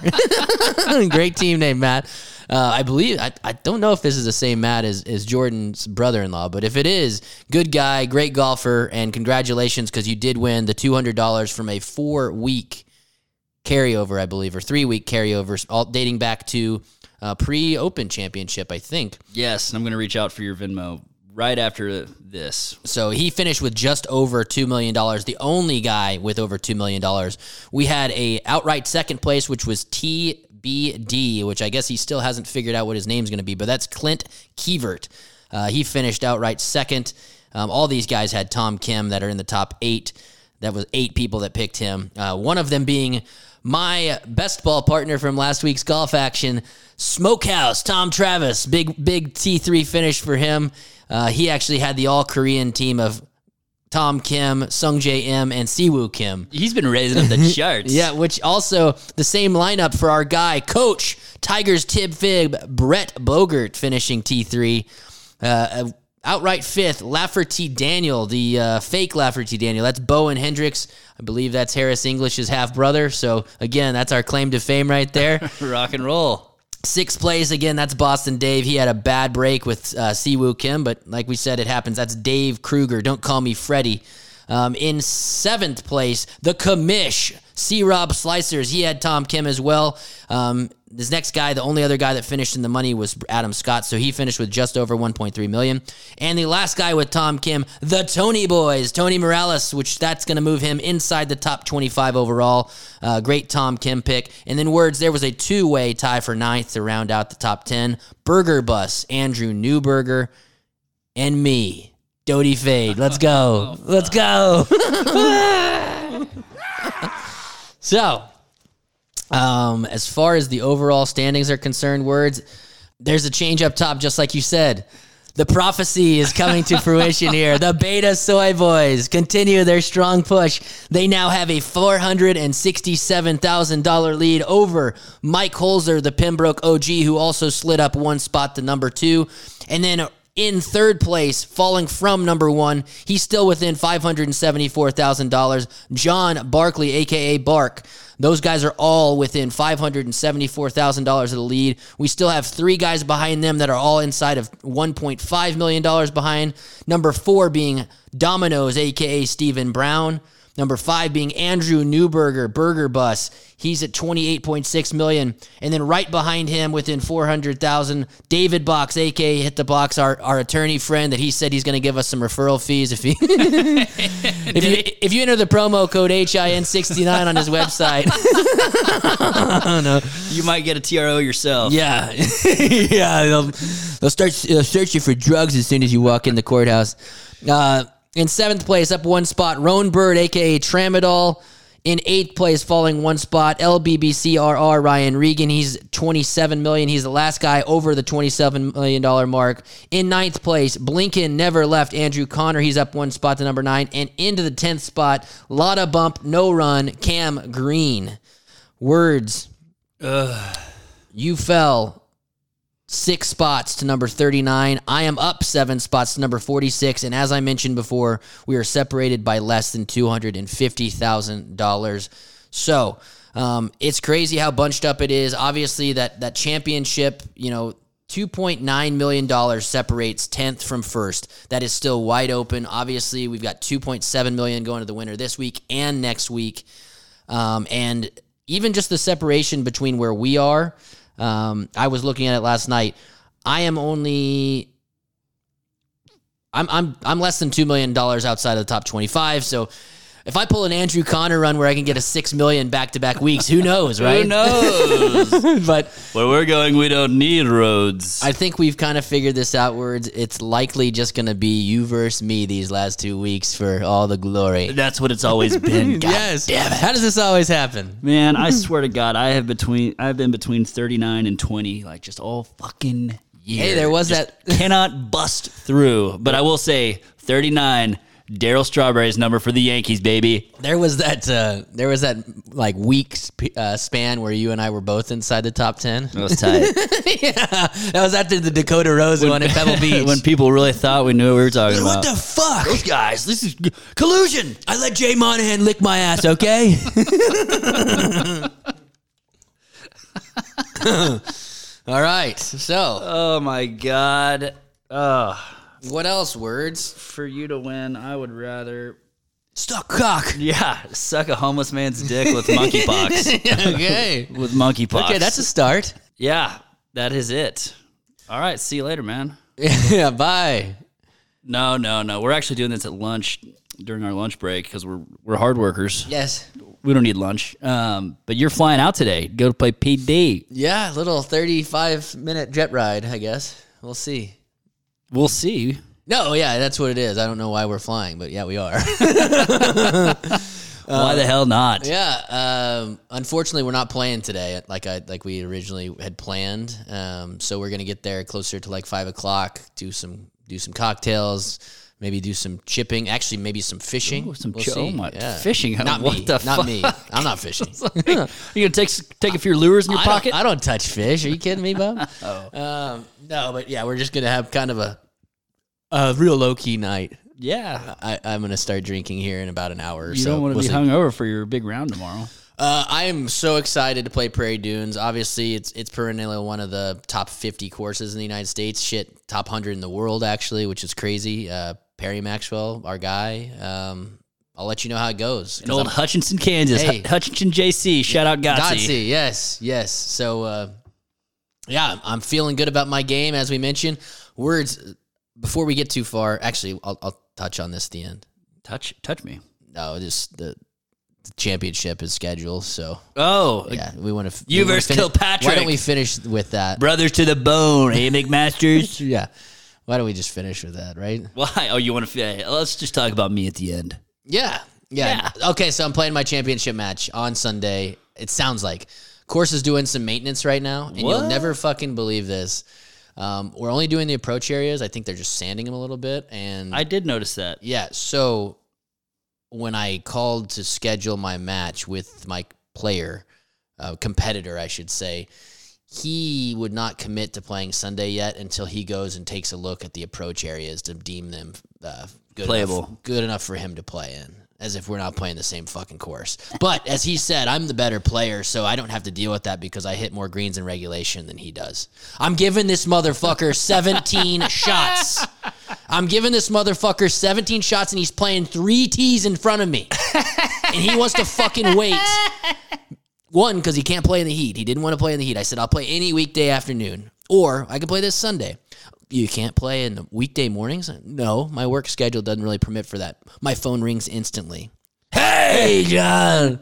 [SPEAKER 7] Great team name, Matt. Uh, I believe I, I don't know if this is the same Matt as, as Jordan's brother in law, but if it is, good guy, great golfer, and congratulations because you did win the two hundred dollars from a four week carryover, I believe, or three week carryover, all dating back to uh, pre Open Championship, I think.
[SPEAKER 6] Yes, and I'm going to reach out for your Venmo right after this.
[SPEAKER 7] So he finished with just over two million dollars. The only guy with over two million dollars. We had a outright second place, which was TBD, which I guess he still hasn't figured out what his name's going to be, but that's Clint Kievert. Uh, he finished outright second. Um, all these guys had Tom Kim that are in the top eight. That was eight people that picked him. Uh, one of them being my best ball partner from last week's golf action, Smokehouse Tom Travis. Big big T three finish for him. Uh, he actually had the all Korean team of Tom Kim, Sung J M, and Siwoo Kim.
[SPEAKER 6] He's been raising up the charts.
[SPEAKER 7] Yeah, which also the same lineup for our guy, Coach Tigers Tib Fib, Brett Bogert finishing T3. Uh, outright fifth, Lafferty Daniel, the uh, fake Lafferty Daniel. That's Bowen Hendricks. I believe that's Harris English's half brother. So, again, that's our claim to fame right there.
[SPEAKER 6] Rock and roll.
[SPEAKER 7] Sixth place again. That's Boston Dave. He had a bad break with uh, Siwoo Kim, but like we said, it happens. That's Dave Kruger. Don't call me Freddie. Um, in seventh place, the commish C Rob Slicers. He had Tom Kim as well. Um, this next guy, the only other guy that finished in the money was Adam Scott, so he finished with just over 1.3 million. And the last guy with Tom Kim, the Tony Boys, Tony Morales, which that's going to move him inside the top 25 overall. Uh, great Tom Kim pick. And then words, there was a two-way tie for ninth to round out the top 10. Burger Bus, Andrew Newberger, and me, Dodie Fade. Let's go. Let's go. so, um, as far as the overall standings are concerned, words, there's a change up top, just like you said. The prophecy is coming to fruition here. The Beta Soy Boys continue their strong push. They now have a $467,000 lead over Mike Holzer, the Pembroke OG, who also slid up one spot to number two. And then in third place, falling from number one. He's still within five hundred and seventy-four thousand dollars. John Barkley, aka Bark. Those guys are all within five hundred and seventy-four thousand dollars of the lead. We still have three guys behind them that are all inside of one point five million dollars behind. Number four being Domino's, aka Stephen Brown. Number five being Andrew Newberger, Burger Bus. He's at 28.6 million. And then right behind him, within 400,000, David Box, aka Hit the Box, our, our attorney friend that he said he's going to give us some referral fees if he if you if you enter the promo code HIN69 on his website.
[SPEAKER 6] You might get a TRO yourself.
[SPEAKER 7] Yeah, yeah. They'll, they'll start they'll search you for drugs as soon as you walk in the courthouse. Uh, in seventh place, up one spot, Roan Bird, aka Tramadol. In eighth place, falling one spot, LBBCRR Ryan Regan. He's twenty seven million. He's the last guy over the twenty seven million dollar mark. In ninth place, Blinken never left Andrew Connor. He's up one spot to number nine, and into the tenth spot, Lotta Bump, no run, Cam Green. Words you fell six spots to number 39. I am up seven spots to number 46. And as I mentioned before, we are separated by less than $250,000. So um, it's crazy how bunched up it is. Obviously, that, that championship, you know. $2.9 million separates 10th from first. That is still wide open. Obviously, we've got $2.7 million going to the winner this week and next week. Um, and even just the separation between where we are, um, I was looking at it last night. I am only. I'm, I'm I'm less than two million dollars outside of the top twenty five. So, if I pull an Andrew Connor run where I can get a six million back to back weeks, who knows, right?
[SPEAKER 6] Who knows?
[SPEAKER 7] but
[SPEAKER 6] Where we're going, we don't need roads.
[SPEAKER 7] I think we've kind of figured this outwards. It's likely just going to be you versus me these last two weeks for all the glory.
[SPEAKER 6] That's what it's always been. God
[SPEAKER 7] yes. How does this always happen?
[SPEAKER 6] Man, I swear to God, I have between I've been between thirty nine and twenty, like just all fucking year.
[SPEAKER 7] Hey, there was
[SPEAKER 6] Just
[SPEAKER 7] that-
[SPEAKER 6] cannot bust through. But I will say, thirty nine, Daryl Strawberry's number for the Yankees, baby.
[SPEAKER 7] There was that. Uh, there was that like week sp- uh, span where you and I were both inside the top ten.
[SPEAKER 6] That was tight.
[SPEAKER 7] yeah, that was after the Dakota Rose one at Pebble Beach.
[SPEAKER 6] when people really thought we knew what we were talking about.
[SPEAKER 7] what the fuck?
[SPEAKER 6] Those guys, this is g- collusion.
[SPEAKER 7] I let Jay Monahan lick my ass. Okay. All right. So,
[SPEAKER 6] Oh my god. Ugh.
[SPEAKER 7] what else? Words?
[SPEAKER 6] For you to win, I would rather
[SPEAKER 7] Stuck cock.
[SPEAKER 6] Yeah, suck a homeless man's dick with monkeypox.
[SPEAKER 7] okay.
[SPEAKER 6] with monkeypox.
[SPEAKER 7] Okay, that's a start.
[SPEAKER 6] Yeah, that is it. All right, see you later, man.
[SPEAKER 7] yeah, bye.
[SPEAKER 6] No, no, no. We're actually doing this at lunch during our lunch break because we're we're hard workers.
[SPEAKER 7] Yes.
[SPEAKER 6] We don't need lunch. Um, but you're flying out today. Go to play PD.
[SPEAKER 7] Yeah, little 35 minute jet ride, I guess. We'll see.
[SPEAKER 6] We'll see.
[SPEAKER 7] No, oh, yeah, that's what it is. I don't know why we're flying, but yeah, we are.
[SPEAKER 6] Why the hell not?
[SPEAKER 7] Uh, yeah, um, unfortunately, we're not playing today, like I like we originally had planned. Um, so we're gonna get there closer to like five o'clock. Do some do some cocktails, maybe do some chipping. Actually, maybe some fishing.
[SPEAKER 6] Ooh, some
[SPEAKER 7] We'll
[SPEAKER 6] chi- oh
[SPEAKER 7] see.
[SPEAKER 6] my-
[SPEAKER 7] Yeah.
[SPEAKER 6] fishing, huh?
[SPEAKER 7] Not
[SPEAKER 6] What
[SPEAKER 7] me.
[SPEAKER 6] the
[SPEAKER 7] not
[SPEAKER 6] fuck?
[SPEAKER 7] me. I'm not fishing.
[SPEAKER 6] You gonna take s- take a few lures in your
[SPEAKER 7] I don't-
[SPEAKER 6] pocket?
[SPEAKER 7] I don't touch fish. Are you kidding me, Bob? oh. um, no, but yeah, we're just gonna have kind of a a real low key night.
[SPEAKER 6] yeah.
[SPEAKER 7] I, I'm gonna start drinking here in about an hour. or
[SPEAKER 6] You
[SPEAKER 7] Uh, so.
[SPEAKER 6] don't want to
[SPEAKER 7] We'll
[SPEAKER 6] be
[SPEAKER 7] see.
[SPEAKER 6] hung over for your big round tomorrow.
[SPEAKER 7] Uh, I am so excited to play Prairie Dunes. Obviously, it's it's perennially one of the top 50 courses in the United States. Shit, top 100 in the world actually, which is crazy. Uh, Perry Maxwell, our guy. Um, I'll let you know how it goes.
[SPEAKER 6] In old Hutchinson, Kansas.
[SPEAKER 7] Hey.
[SPEAKER 6] Hu- Hutchinson JC. Shout out Gotsy.
[SPEAKER 7] Dotsie, yes, yes. So, uh, yeah, I'm feeling good about my game. As we mentioned, words. Before we get too far, actually, I'll, I'll touch on this at the end.
[SPEAKER 6] Touch touch me.
[SPEAKER 7] No, just the, the championship is scheduled, so
[SPEAKER 6] Oh,
[SPEAKER 7] yeah, we want to.
[SPEAKER 6] You versus Kilpatrick.
[SPEAKER 7] Why don't we finish with that?
[SPEAKER 6] brothers to the bone, eh, McMasters?
[SPEAKER 7] Yeah. Why don't we just finish with that, right?
[SPEAKER 6] Why? Oh, you want to? Let's just talk about me at the end.
[SPEAKER 7] Yeah. Yeah. Okay, so I'm playing my championship match on Sunday. It sounds like course is doing some maintenance right now, and
[SPEAKER 6] What?
[SPEAKER 7] you'll never fucking believe this. Um, we're only doing the approach areas. I think they're just sanding them a little bit, and
[SPEAKER 6] I did notice that.
[SPEAKER 7] yeah. So when I called to schedule my match with my player, uh, competitor, I should say, he would not commit to playing Sunday yet until he goes and takes a look at the approach areas to deem them uh, good
[SPEAKER 6] Playable.
[SPEAKER 7] enough, good enough for him to play in. As if we're not playing the same fucking course. But as he said, I'm the better player, so I don't have to deal with that because I hit more greens in regulation than he does. I'm giving this motherfucker 17 shots. I'm giving this motherfucker 17 shots and he's playing three tees in front of me. and he wants to fucking wait. One, because he can't play in the heat. He didn't want to play in the heat. I said, I'll play any weekday afternoon or I could play this Sunday. You can't play in the weekday mornings? No, my work schedule doesn't really permit for that. My phone rings instantly. Hey, John.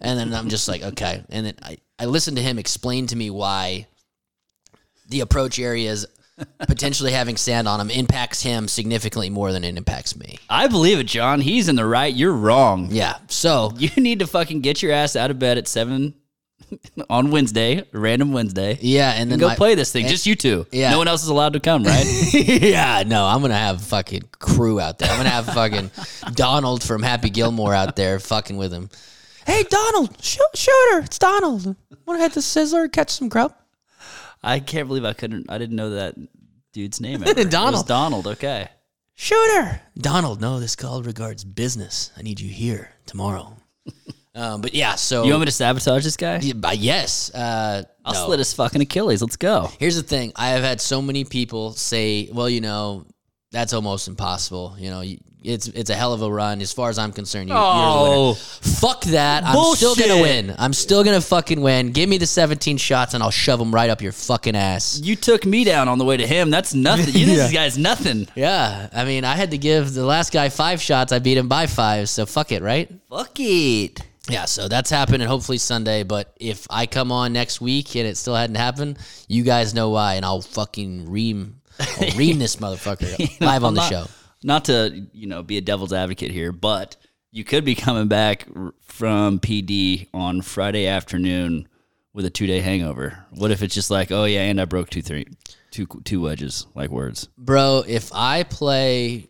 [SPEAKER 7] and then I'm just like, okay. And then I, I listened to him explain to me why the approach areas potentially having sand on him impacts him significantly more than it impacts me.
[SPEAKER 6] I believe it, John. He's in the right. You're wrong.
[SPEAKER 7] Yeah. So
[SPEAKER 6] You need to fucking get your ass out of bed at seven on Wednesday, random Wednesday.
[SPEAKER 7] yeah, and then
[SPEAKER 6] And go
[SPEAKER 7] my-
[SPEAKER 6] play this thing. Just you two.
[SPEAKER 7] Yeah.
[SPEAKER 6] No one else is allowed to come, right?
[SPEAKER 7] yeah, no, I'm gonna have fucking crew out there. I'm gonna have fucking Donald from Happy Gilmore out there fucking with him. Hey, Donald, shoot, shooter, it's Donald. Want to head to Sizzler and catch some grub?
[SPEAKER 6] I can't believe I couldn't. I didn't know that dude's name. Ever. It was
[SPEAKER 7] Donald.
[SPEAKER 6] Donald. Okay.
[SPEAKER 7] Shooter, Donald. No, this call regards business. I need you here tomorrow. um, but yeah, so
[SPEAKER 6] You want me to sabotage this guy?
[SPEAKER 7] Yeah, but yes, uh,
[SPEAKER 6] I'll
[SPEAKER 7] no.
[SPEAKER 6] slit his fucking Achilles. Let's go.
[SPEAKER 7] Here's the thing: I have had so many people say, "Well, you know, that's almost impossible." You know, you, it's it's a hell of a run. As far as I'm concerned, you, you're the winner.
[SPEAKER 6] Oh.
[SPEAKER 7] Fuck that! I'm still
[SPEAKER 6] Bullshit.
[SPEAKER 7] gonna win. I'm still gonna fucking win. Give me the 17 shots, and I'll shove them right up your fucking ass.
[SPEAKER 6] You took me down on the way to him. That's nothing. You,
[SPEAKER 7] Yeah.
[SPEAKER 6] This guy's nothing.
[SPEAKER 7] Yeah, I mean, I had to give the last guy five shots. I beat him by five, so fuck it, right?
[SPEAKER 6] Fuck it.
[SPEAKER 7] Yeah, so that's happening hopefully Sunday. But if I come on next week and it still hadn't happened, you guys know why, and I'll fucking ream, I'll ream this motherfucker live on the
[SPEAKER 6] not-
[SPEAKER 7] show.
[SPEAKER 6] Not to you know be a devil's advocate here, but you could be coming back r- from PD on Friday afternoon with a two day hangover. What if it's just like, oh yeah, and I broke two three, two two wedges, like words.
[SPEAKER 7] Bro, if I play,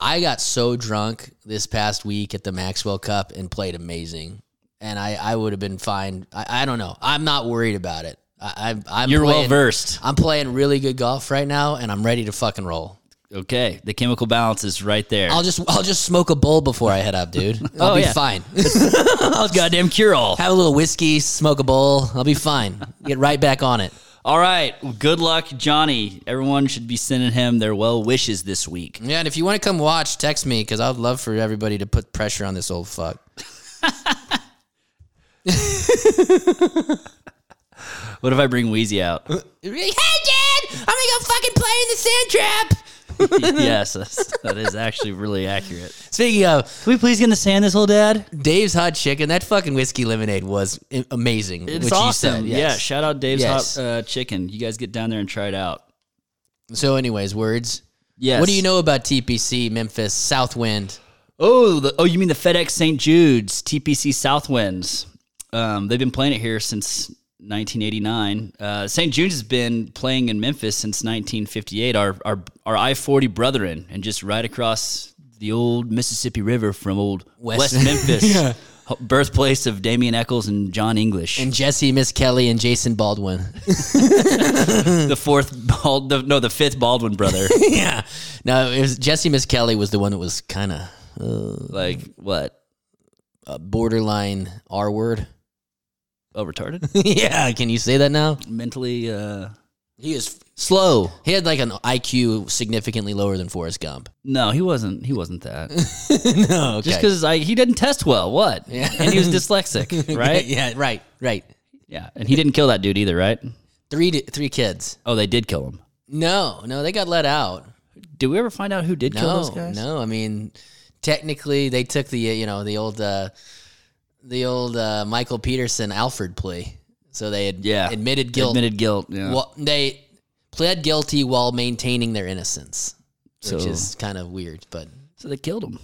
[SPEAKER 7] I got so drunk this past week at the Maxwell Cup and played amazing, and I, I would have been fine. I, I don't know. I'm not worried about it. I, I'm, I'm
[SPEAKER 6] You're well
[SPEAKER 7] playing,
[SPEAKER 6] versed.
[SPEAKER 7] I'm playing really good golf right now, and I'm ready to fucking roll.
[SPEAKER 6] Okay, the chemical balance is right there.
[SPEAKER 7] I'll just I'll just smoke a bowl before I head up, dude. I'll
[SPEAKER 6] Oh,
[SPEAKER 7] be
[SPEAKER 6] yeah.
[SPEAKER 7] fine.
[SPEAKER 6] I'll goddamn cure all.
[SPEAKER 7] Have a little whiskey, smoke a bowl. I'll be fine. Get right back on it.
[SPEAKER 6] All right. Well, good luck, Johnny. Everyone should be sending him their well wishes this week.
[SPEAKER 7] Yeah, and if you want to come watch, text me because I'd love for everybody to put pressure on this old fuck.
[SPEAKER 6] What if I bring Wheezy out?
[SPEAKER 7] Hey, Dad, I'm gonna go fucking play in the sand trap.
[SPEAKER 6] yes, that's, that is actually really accurate.
[SPEAKER 7] Speaking of
[SPEAKER 6] Can we please get in the sand this whole dad?
[SPEAKER 7] Dave's hot chicken, that fucking whiskey lemonade was i- amazing.
[SPEAKER 6] It's
[SPEAKER 7] which you
[SPEAKER 6] awesome.
[SPEAKER 7] said,
[SPEAKER 6] Yeah.
[SPEAKER 7] yes.
[SPEAKER 6] Shout out Dave's
[SPEAKER 7] Yes.
[SPEAKER 6] Hot uh, Chicken. You guys get down there and try it out.
[SPEAKER 7] So, anyways, words.
[SPEAKER 6] Yes.
[SPEAKER 7] What do you know about TPC, Memphis, Southwind?
[SPEAKER 6] Oh, the, oh, you mean the FedEx St. Jude's TPC Southwinds? Um, they've been playing it here since 1989. Uh, St. Jude's has been playing in Memphis since 1958. Our our our I-40 brethren, and just right across the old Mississippi River from old
[SPEAKER 7] West-
[SPEAKER 6] West, Memphis, h- birthplace of Damian Eccles and John English,
[SPEAKER 7] And Jesse, Miss Kelly, and Jason Baldwin.
[SPEAKER 6] the fourth Bald, the, no, the fifth Baldwin brother.
[SPEAKER 7] yeah. No, it was Jesse, Miss Kelly was the one that was kind of
[SPEAKER 6] like what?
[SPEAKER 7] a uh, borderline R word.
[SPEAKER 6] Oh, retarded?
[SPEAKER 7] yeah. Can you say that now?
[SPEAKER 6] Mentally uh,
[SPEAKER 7] He is.
[SPEAKER 6] slow?
[SPEAKER 7] He had like an IQ significantly lower than Forrest Gump.
[SPEAKER 6] No, he wasn't. He wasn't that.
[SPEAKER 7] no, okay.
[SPEAKER 6] Just because I he didn't test well, what?
[SPEAKER 7] Yeah.
[SPEAKER 6] And he was dyslexic, right?
[SPEAKER 7] yeah, right, right.
[SPEAKER 6] yeah, and he didn't kill that dude either, right?
[SPEAKER 7] Three di- three kids.
[SPEAKER 6] Oh, they did kill him.
[SPEAKER 7] No, no, they got let out.
[SPEAKER 6] Did we ever find out who did kill
[SPEAKER 7] No,
[SPEAKER 6] those guys?
[SPEAKER 7] no. I mean, technically, they took the uh, you know the old uh, the old uh, Michael Peterson Alfred plea. So they had
[SPEAKER 6] Yeah.
[SPEAKER 7] admitted
[SPEAKER 6] They
[SPEAKER 7] guilt.
[SPEAKER 6] Admitted guilt. Yeah.
[SPEAKER 7] Well, they pled guilty while maintaining their innocence,
[SPEAKER 6] so,
[SPEAKER 7] which is kind of weird. But
[SPEAKER 6] so they killed him.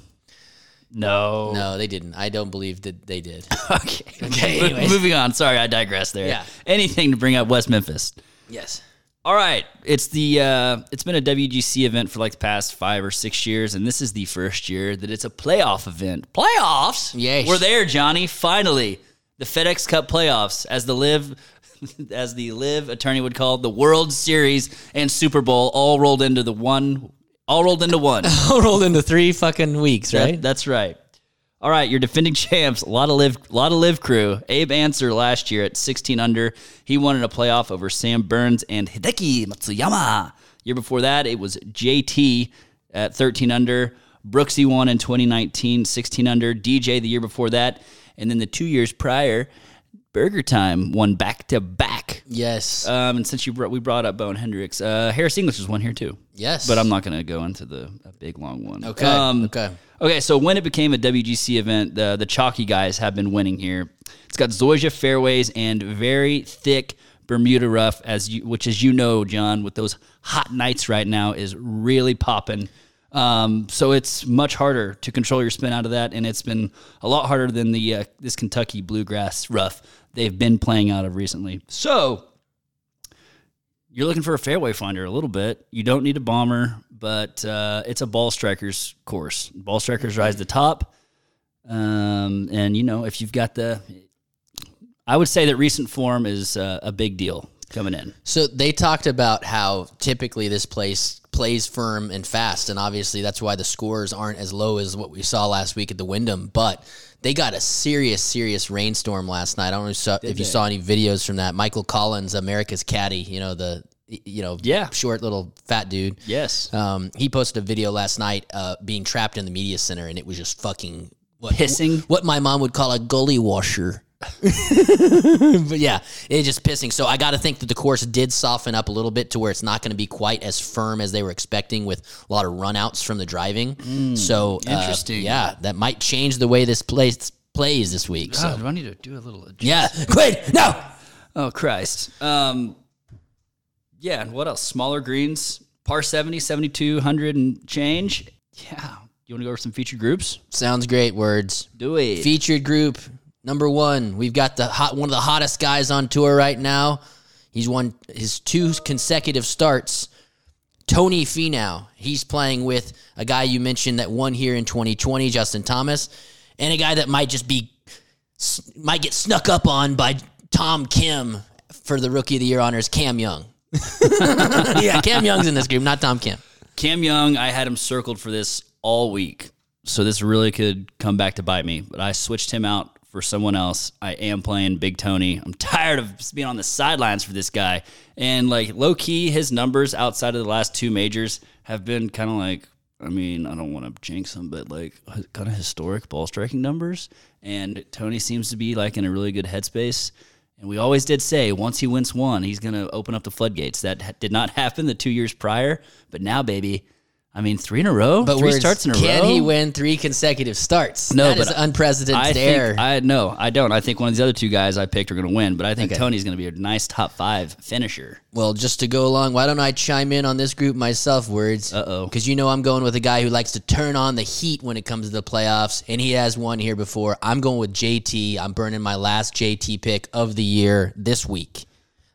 [SPEAKER 6] No.
[SPEAKER 7] no, they didn't. I don't believe that they did.
[SPEAKER 6] Okay.
[SPEAKER 7] Okay,
[SPEAKER 6] Mo-
[SPEAKER 7] anyways.
[SPEAKER 6] Moving on. Sorry, I digress there.
[SPEAKER 7] Yeah.
[SPEAKER 6] Anything to bring up West Memphis.
[SPEAKER 7] yes.
[SPEAKER 6] All right, it's the uh, it's been a WGC event for like the past five or six years, and this is the first year that it's a playoff event. Playoffs,
[SPEAKER 7] Yes.
[SPEAKER 6] we're there, Johnny. Finally, the FedEx Cup playoffs, as the live as the live attorney would call it, the World Series and Super Bowl, all rolled into the one, all rolled into one.
[SPEAKER 7] Rolled into three fucking weeks,
[SPEAKER 6] That-
[SPEAKER 7] right?
[SPEAKER 6] that's right. All right, your defending champs, a lot of live, lot of live crew. Abe Answer last year at 16 under, he won in a playoff over Sam Burns and Hideki Matsuyama. Year before that, it was JT at 13 under. Brooksy won in 2019, 16 under. DJ the year before that, and then the two years prior, Burger Time won back to back.
[SPEAKER 7] yes.
[SPEAKER 6] Um, and since you brought, we brought up Bowen Hendricks, uh, Harris English was one here too.
[SPEAKER 7] yes.
[SPEAKER 6] But I'm not going to go into the a big long one. Um,
[SPEAKER 7] Okay. okay.
[SPEAKER 6] Okay, so when it became a WGC event, the the chalky guys have been winning here. It's got Zoysia fairways and very thick Bermuda rough, as you, which, as you know, John, with those hot nights right now, is really popping. Um, so it's much harder to control your spin out of that, and it's been a lot harder than the uh, this Kentucky bluegrass rough they've been playing out of recently. So you're looking for a fairway finder a little bit. You don't need a bomber, but uh, it's a ball strikers course. Ball strikers rise to the top, um, and you know if you've got the, I would say that recent form is uh, a big deal coming in.
[SPEAKER 7] So they talked about how typically this place plays firm and fast, and obviously that's why the scores aren't as low as what we saw last week at the Wyndham. But they got a serious, serious rainstorm last night. I don't know if, you saw, if you saw any videos from that. Michael Collins, America's caddy, you know the, you know,
[SPEAKER 6] Yeah.
[SPEAKER 7] short little fat dude.
[SPEAKER 6] Yes,
[SPEAKER 7] Um, he posted a video last night uh, being trapped in the media center, and it was just fucking what,
[SPEAKER 6] Pissing?
[SPEAKER 7] What my mom would call a gully washer. but yeah, it just pissing. So I got to think that the course did soften up a little bit to where it's not going to be quite as firm as they were expecting with a lot of runouts from the driving. so uh,
[SPEAKER 6] Hmm, interesting.
[SPEAKER 7] yeah, that might change the way this place plays this week. So
[SPEAKER 6] do I need to do a little?
[SPEAKER 7] yeah, quit no.
[SPEAKER 6] Oh Christ. Um, yeah, and what else? Smaller greens, par 70, 7200 and change. Yeah, you want to go over some featured groups?
[SPEAKER 7] Sounds great. Words.
[SPEAKER 6] Do it.
[SPEAKER 7] featured group number one. We've got the hot one of the hottest guys on tour right now. He's won his two consecutive starts. Tony Finau. He's playing with a guy you mentioned that won here in 2020, Justin Thomas, and a guy that might just be might get snuck up on by Tom Kim for the Rookie of the Year honors. Cam Young. yeah, Cam Young's in this group, not Tom Kim.
[SPEAKER 6] Cam Young, I had him circled for this all week. So this really could come back to bite me. But I switched him out for someone else. I am playing Big Tony. I'm tired of just being on the sidelines for this guy. And like low key, his numbers outside of the last two majors have been kind of like, I mean, I don't want to jinx him, but like kind of historic ball striking numbers. And Tony seems to be like in a really good headspace. And we always did say once he wins one, he's going to open up the floodgates. That ha- did not happen the two years prior, but now, baby, I mean, three in a row,
[SPEAKER 7] But
[SPEAKER 6] three
[SPEAKER 7] we're-
[SPEAKER 6] starts in a row.
[SPEAKER 7] Can he win three consecutive starts?
[SPEAKER 6] No,
[SPEAKER 7] that
[SPEAKER 6] but
[SPEAKER 7] is unprecedented
[SPEAKER 6] I
[SPEAKER 7] there.
[SPEAKER 6] think I no, I don't. I think one of the other two guys I picked are going to win, but I think
[SPEAKER 7] Okay.
[SPEAKER 6] Tony's going to be a nice top five finisher.
[SPEAKER 7] well, just to go along, why don't I chime in on this group myself, words?
[SPEAKER 6] Uh-oh.
[SPEAKER 7] Because you know I'm going with a guy who likes to turn on the heat when it comes to the playoffs, and he has one here before. I'm going with JT. I'm burning my last JT pick of the year this week.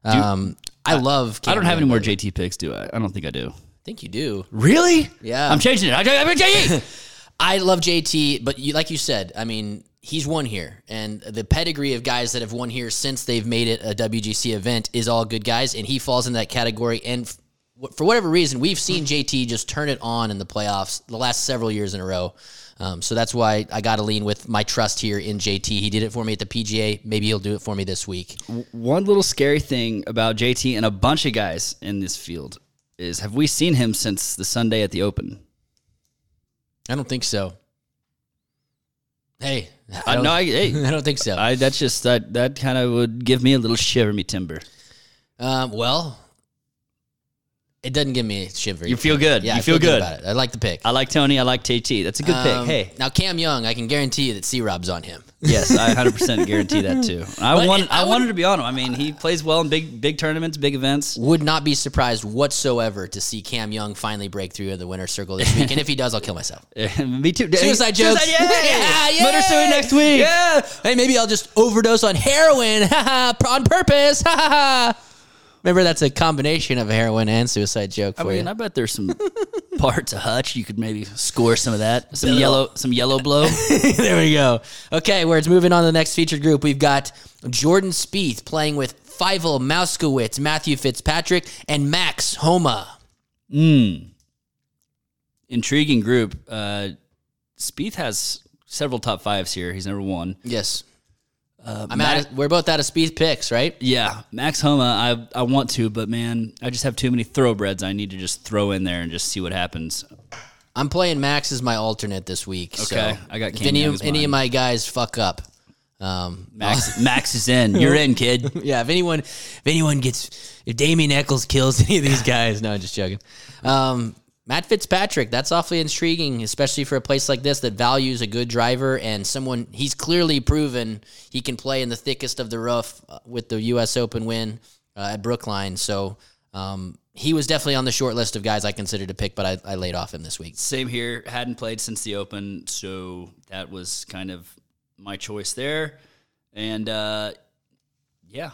[SPEAKER 7] Um, I, love.
[SPEAKER 6] I don't have any
[SPEAKER 7] Cameron.
[SPEAKER 6] more JT picks, do I? I don't think I do.
[SPEAKER 7] I think you do.
[SPEAKER 6] Really?
[SPEAKER 7] Yeah.
[SPEAKER 6] I'm changing it. I, I'm JT.
[SPEAKER 7] I love JT, but you, like you said, I mean, he's won here, and the pedigree of guys that have won here since they've made it a WGC event is all good guys, and he falls into that category. And f- wh- for whatever reason, we've seen JT just turn it on in the playoffs the last several years in a row. Um, so that's why I got to lean with my trust here in JT. He did it for me at the PGA. Maybe he'll do it for me this week.
[SPEAKER 6] One little scary thing about JT and a bunch of guys in this field is: have we seen him since the Sunday at the Open?
[SPEAKER 7] I don't think so. Hey, I
[SPEAKER 6] I,
[SPEAKER 7] don't,
[SPEAKER 6] Uh, no, I, hey,
[SPEAKER 7] I don't think so.
[SPEAKER 6] I, that's just that. That kind of would give me a little shiver me timber.
[SPEAKER 7] Um, well, it doesn't give me a shiver.
[SPEAKER 6] You feel good.
[SPEAKER 7] Yeah,
[SPEAKER 6] you
[SPEAKER 7] I
[SPEAKER 6] feel, good.
[SPEAKER 7] about it. I like the pick.
[SPEAKER 6] I like Tony. I like JT. That's a good
[SPEAKER 7] Um,
[SPEAKER 6] pick. Hey,
[SPEAKER 7] now Cam Young, I can guarantee you that C Rob's on him.
[SPEAKER 6] Yes, I 100% guarantee that too. I
[SPEAKER 7] But
[SPEAKER 6] want,
[SPEAKER 7] it- I
[SPEAKER 6] I,
[SPEAKER 7] would-
[SPEAKER 6] wanted to be on him. I mean, he plays well in big big tournaments, big events.
[SPEAKER 7] Would not be surprised whatsoever to see Cam Young finally break through in the winner's circle this week. and if he does, I'll kill myself.
[SPEAKER 6] Me too.
[SPEAKER 7] Suicide jokes.
[SPEAKER 6] yeah, yeah. Murder suicide next week.
[SPEAKER 7] Yeah. Hey, maybe I'll just overdose on heroin on purpose. Remember, that's a combination of a heroin and suicide joke
[SPEAKER 6] I
[SPEAKER 7] for
[SPEAKER 6] mean,
[SPEAKER 7] you.
[SPEAKER 6] I bet there's some parts of Hutch you could maybe score some of that. Some
[SPEAKER 7] Bill.
[SPEAKER 6] yellow, some yellow blow.
[SPEAKER 7] there we go. Okay, where it's moving on to the next featured group. We've got Jordan Spieth playing with Fievel Mauskowitz, Matthew Fitzpatrick, and Max Homa.
[SPEAKER 6] Intriguing group. Uh, Spieth has several top fives here. He's number one.
[SPEAKER 7] Yes. I'm out of, we're both out of Spieth picks, right?
[SPEAKER 6] Yeah, Max Homa, I I want to, but man, I just have too many thoroughbreds. I need to just throw in there and just see what happens.
[SPEAKER 7] I'm playing Max as my alternate this week. so
[SPEAKER 6] Okay, I got
[SPEAKER 7] if
[SPEAKER 6] Cam
[SPEAKER 7] any,
[SPEAKER 6] Young
[SPEAKER 7] of,
[SPEAKER 6] as
[SPEAKER 7] any of
[SPEAKER 6] mine.
[SPEAKER 7] my guys fuck up. Um,
[SPEAKER 6] Max Max is in. You're in, kid.
[SPEAKER 7] yeah, if anyone if anyone gets if Damien Eccles kills any of these guys, no, I'm just joking. Um, Matt Fitzpatrick, that's awfully intriguing, especially for a place like this that values a good driver and someone he's clearly proven he can play in the thickest of the rough uh, with the U.S. Open win uh, at Brookline. So um, he was definitely on the short list of guys I considered to pick, but I, I laid off him this week.
[SPEAKER 6] Same here. Hadn't played since the Open, so that was kind of my choice there. And uh, yeah,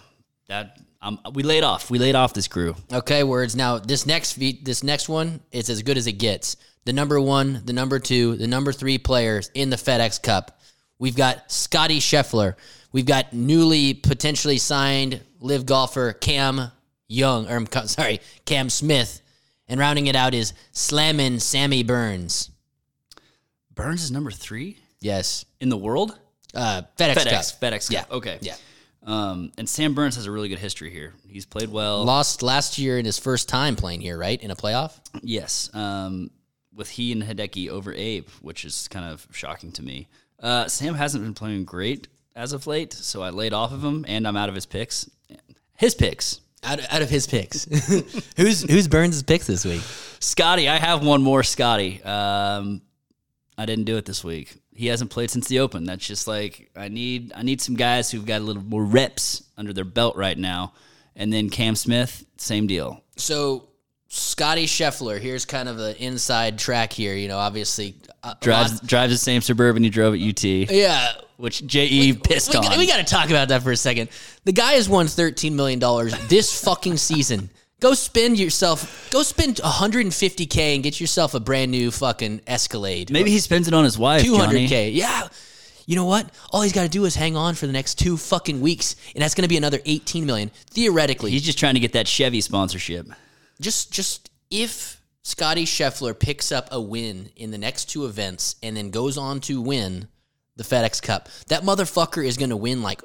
[SPEAKER 6] that um, we laid off. We laid off this crew.
[SPEAKER 7] Okay, words. Now this next fe- this next one is as good as it gets. The number one, the number two, the number three players in the FedEx Cup. We've got Scotty Scheffler. We've got newly potentially signed live golfer Cam Young, or I'm co- sorry, Cam Smith. And rounding it out is slamming Sammy Burns.
[SPEAKER 6] Burns is number three
[SPEAKER 7] Yes,
[SPEAKER 6] in the world.
[SPEAKER 7] uh, FedEx,
[SPEAKER 6] FedEx,
[SPEAKER 7] Cup.
[SPEAKER 6] FedEx. Cup.
[SPEAKER 7] Yeah.
[SPEAKER 6] Okay.
[SPEAKER 7] Yeah.
[SPEAKER 6] Um, and Sam Burns has a really good history here. He's played well.
[SPEAKER 7] Lost last year in his first time playing here, right? In a playoff.
[SPEAKER 6] Yes, um, with he and Hideki over Abe, which is kind of shocking to me. Uh, Sam hasn't been playing great as of late, so I laid off of him, and I'm out of his picks. His picks.
[SPEAKER 7] Out of, out of his picks, who's who's Burns' picks this week?
[SPEAKER 6] Scotty, I have one more Scotty. Um, I didn't do it this week. He hasn't played since the Open. That's just like I need. I need some guys who've got a little more reps under their belt right now. And then Cam Smith, same deal.
[SPEAKER 7] So Scotty Scheffler, here's kind of an inside track here. You know, obviously, uh,
[SPEAKER 6] Drives drives the same suburban he drove at UT,
[SPEAKER 7] yeah.
[SPEAKER 6] which Je pissed
[SPEAKER 7] We,
[SPEAKER 6] on.
[SPEAKER 7] got- we got to talk about that for a second. The guy has won thirteen million dollars this fucking season. Go spend yourself. Go spend one hundred and fifty k and get yourself a brand new fucking Escalade.
[SPEAKER 6] Maybe he spends it on his wife.
[SPEAKER 7] two hundred
[SPEAKER 6] Johnny.
[SPEAKER 7] k. Yeah. You know what? All he's got to do is hang on for the next two fucking weeks, and that's going to be another eighteen million theoretically.
[SPEAKER 6] He's just trying to get that Chevy sponsorship.
[SPEAKER 7] just just if Scotty Scheffler picks up a win in the next two events and then goes on to win the FedEx Cup. That motherfucker is going to win like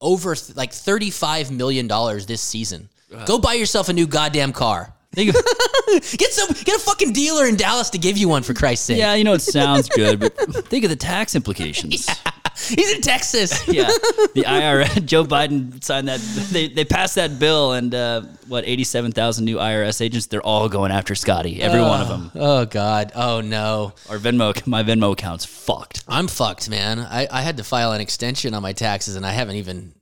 [SPEAKER 7] over th- like thirty five million dollars this season. Go buy yourself a new goddamn car.
[SPEAKER 6] Think of-
[SPEAKER 7] Get some. Get a fucking dealer in Dallas to give you one for Christ's sake.
[SPEAKER 6] yeah, you know it sounds good, but think of the tax implications.
[SPEAKER 7] He's in Texas.
[SPEAKER 6] yeah, the IRS. Joe Biden signed that. They, they passed that bill, and uh, what eighty seven thousand new IRS agents. They're all going after Scotty. Every one of them.
[SPEAKER 7] Oh God. Oh no.
[SPEAKER 6] Our Venmo, my Venmo account's fucked.
[SPEAKER 7] I'm fucked, man. I, I had to file an extension on my taxes, and I haven't even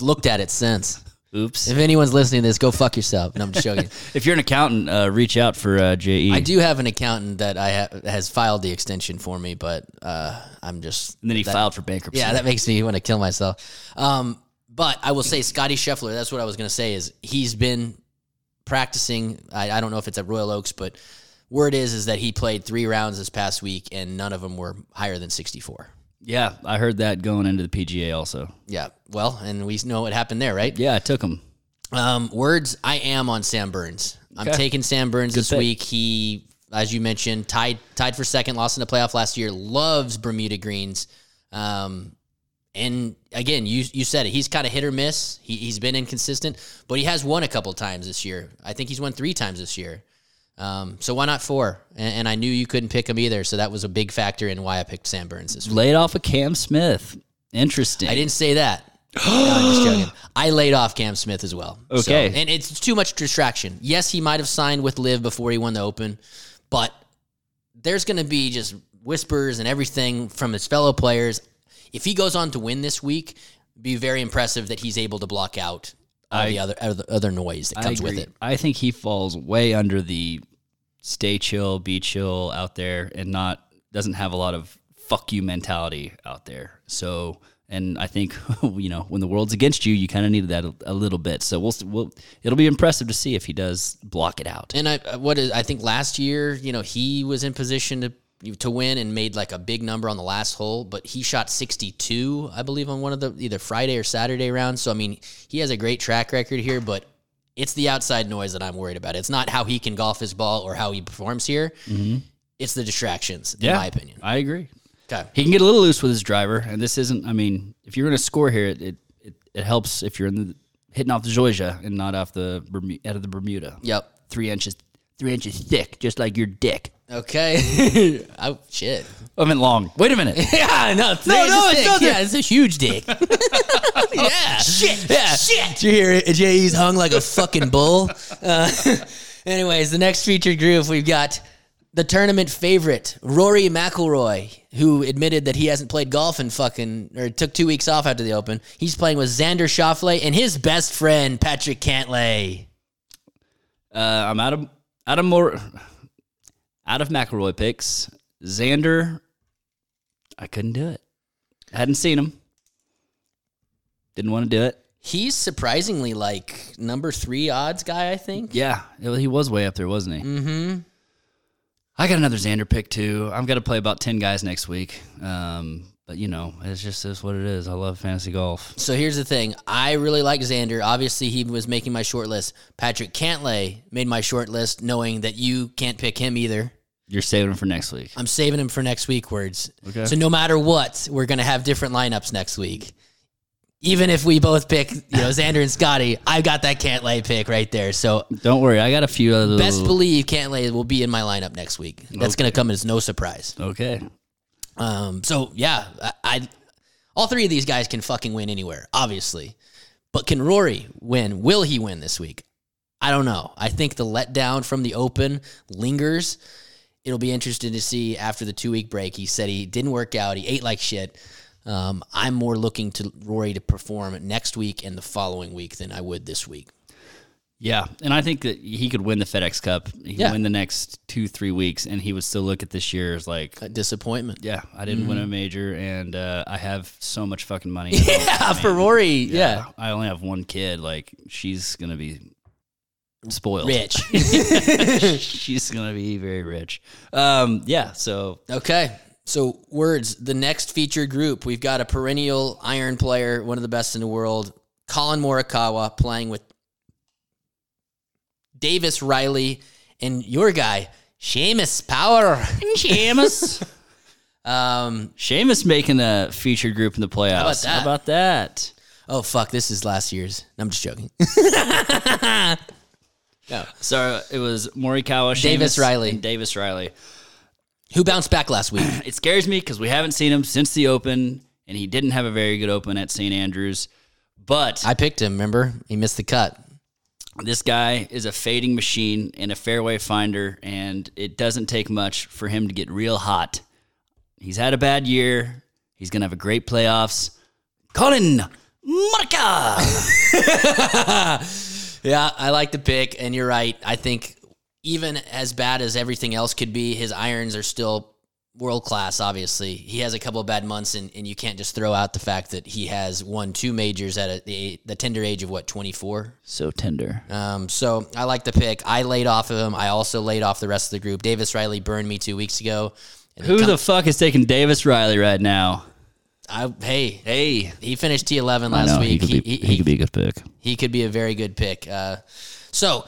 [SPEAKER 7] looked at it since.
[SPEAKER 6] Oops.
[SPEAKER 7] If anyone's listening to this, go fuck yourself. And I'm just joking.
[SPEAKER 6] If you're an accountant, uh, reach out for uh, JE.
[SPEAKER 7] I do have an accountant that I ha- has filed the extension for me, but uh, I'm just
[SPEAKER 6] And then he
[SPEAKER 7] that-
[SPEAKER 6] filed for bankruptcy.
[SPEAKER 7] Yeah, that makes me want to kill myself. Um, but I will say, Scotty Scheffler. That's what I was going to say. Is he's been practicing? I, I don't know if it's at Royal Oaks, but word is is that he played three rounds this past week, and none of them were higher than 64.
[SPEAKER 6] yeah, I heard that going into the PGA also.
[SPEAKER 7] Yeah. Well, and we know what happened there, right?
[SPEAKER 6] Yeah, I took him.
[SPEAKER 7] Um, words. I am on Sam Burns. I'm
[SPEAKER 6] Okay.
[SPEAKER 7] taking Sam Burns this
[SPEAKER 6] pick.
[SPEAKER 7] week. He, as you mentioned, tied tied for second, lost in the playoff last year. Loves Bermuda greens. Um, and again, you you said it. He's kind of hit or miss. He, he's been inconsistent, but he has won a couple times this year. I think he's won three times this year. Um, so why not four? And, and I knew you couldn't pick him either, so that was a big factor in why I picked Sam Burns this week.
[SPEAKER 6] Laid off of Cam Smith. Interesting.
[SPEAKER 7] I didn't say that. No, I'm just joking. I laid off Cam Smith as well. So-
[SPEAKER 6] Okay.
[SPEAKER 7] and it's too much distraction. Yes, he might have signed with Liv before he won the Open, but there's going to be just whispers and everything from his fellow players. If he goes on to win this week, be very impressive that he's able to block out all the other other, other noise that
[SPEAKER 6] I
[SPEAKER 7] comes with
[SPEAKER 6] agree.
[SPEAKER 7] it.
[SPEAKER 6] I think he falls way under the stay chill, be chill out there, and not doesn't have a lot of fuck you mentality out there. So, and I think you know when the world's against you, you kind of needed that a, a little bit. So we'll, we'll it'll be impressive to see if he does block it out.
[SPEAKER 7] And I uh, what is I think last year, you know, he was in position to to win and made like a big number on the last hole, but he shot 62, I believe on one of the either Friday or Saturday rounds. So I mean, he has a great track record here, but it's the outside noise that I'm worried about. It's not how he can golf his ball or how he performs here. It's the distractions, in my opinion.
[SPEAKER 6] I agree.
[SPEAKER 7] Okay.
[SPEAKER 6] He can get a little loose with his driver, and this isn't. I mean, if you're going to score here, it, it it it helps if you're in the hitting off the Georgia and not off the Bermu- out of the Bermuda.
[SPEAKER 7] Yep.
[SPEAKER 6] three inches three inches thick, just like your dick.
[SPEAKER 7] Okay. oh shit.
[SPEAKER 6] I meant long. Wait a minute.
[SPEAKER 7] Yeah,
[SPEAKER 6] no,
[SPEAKER 7] no, no,
[SPEAKER 6] it's not that-
[SPEAKER 7] yeah, it's a huge dick. yeah, shit, yeah, shit. Did you hear it? Jay's hung like a fucking bull. Uh, anyways, the next featured group we've got the tournament favorite Rory McIlroy, who admitted that he hasn't played golf in fucking or took two weeks off after the Open. He's playing with Xander Schauffele and his best friend Patrick Cantlay.
[SPEAKER 6] Uh, I'm out of out of more out of McElroy picks. Xander, I couldn't do it. Hadn't seen him. Didn't want to do it.
[SPEAKER 7] He's surprisingly like number three odds guy, I think.
[SPEAKER 6] Yeah, it- he was way up there, wasn't he? Mm-hmm. I got another Xander pick too. I've got to play about ten guys next week. Um, but you know, it's just is what it is. I love fantasy golf.
[SPEAKER 7] So here's the thing. I really like Xander. Obviously, he was making my short list. Patrick Cantlay made my short list, knowing that you can't pick him either.
[SPEAKER 6] You're saving him for next week.
[SPEAKER 7] I'm saving him for next week, words.
[SPEAKER 6] Okay.
[SPEAKER 7] So no matter what, we're going to have different lineups next week. Even if we both pick, you know, Xander and Scotty, I've got that Cantlay pick right there. So
[SPEAKER 6] Don't worry, I got a few other
[SPEAKER 7] best believe Cantlay will be in my lineup next week. That's going to come as no surprise.
[SPEAKER 6] Okay,
[SPEAKER 7] Um, so yeah, I, I all three of these guys can fucking win anywhere, obviously. But can Rory win? Will he win this week? I don't know. I think the letdown from the Open lingers. It'll be interesting to see after the two week break. He said he didn't work out. He ate like shit. Um, I'm more looking to Rory to perform next week and the following week than I would this week.
[SPEAKER 6] Yeah, and I think that he could win the FedEx Cup. He could
[SPEAKER 7] Yeah.
[SPEAKER 6] win the next two, three weeks, and he would still look at this year as like,
[SPEAKER 7] A disappointment.
[SPEAKER 6] yeah, I didn't win a
[SPEAKER 7] Mm-hmm.
[SPEAKER 6] major, and uh, I have so much fucking money.
[SPEAKER 7] Yeah, for Rory. Yeah.
[SPEAKER 6] I only have one kid. Like, she's gonna be spoiled.
[SPEAKER 7] Rich.
[SPEAKER 6] she's gonna be very rich. Um, yeah. So
[SPEAKER 7] Okay. So words, the next featured group, we've got a perennial iron player, one of the best in the world, Colin Morikawa playing with Davis Riley and your guy, Seamus Power.
[SPEAKER 6] Seamus.
[SPEAKER 7] Um,
[SPEAKER 6] Sheamus making a featured group in the playoffs.
[SPEAKER 7] that?
[SPEAKER 6] How about that?
[SPEAKER 7] oh fuck, this is last year's. I'm just joking.
[SPEAKER 6] So it was Morikawa, Sheamus,
[SPEAKER 7] Davis Riley.
[SPEAKER 6] and Davis Riley.
[SPEAKER 7] Who bounced back last week?
[SPEAKER 6] It scares me because we haven't seen him since the Open, and he didn't have a very good Open at St Andrews. But
[SPEAKER 7] I picked him. Remember, he missed the cut.
[SPEAKER 6] this guy is a fading machine and a fairway finder, and it doesn't take much for him to get real hot. He's had a bad year. He's gonna have a great playoffs. Colin Morikawa.
[SPEAKER 7] Yeah, I like the pick, and you're right. I think even as bad as everything else could be, his irons are still world class. Obviously, he has a couple of bad months, and, and you can't just throw out the fact that he has won two majors at a, the the tender age of what 24.
[SPEAKER 6] so tender.
[SPEAKER 7] Um, so I like the pick. I laid off of him. I also laid off the rest of the group. Davis Riley burned me two weeks ago. And
[SPEAKER 6] Who the fuck is taking Davis Riley right now?
[SPEAKER 7] I, hey,
[SPEAKER 6] Hey,
[SPEAKER 7] he finished T11 last week.
[SPEAKER 6] be a good pick.
[SPEAKER 7] he could be a very good pick. Uh, so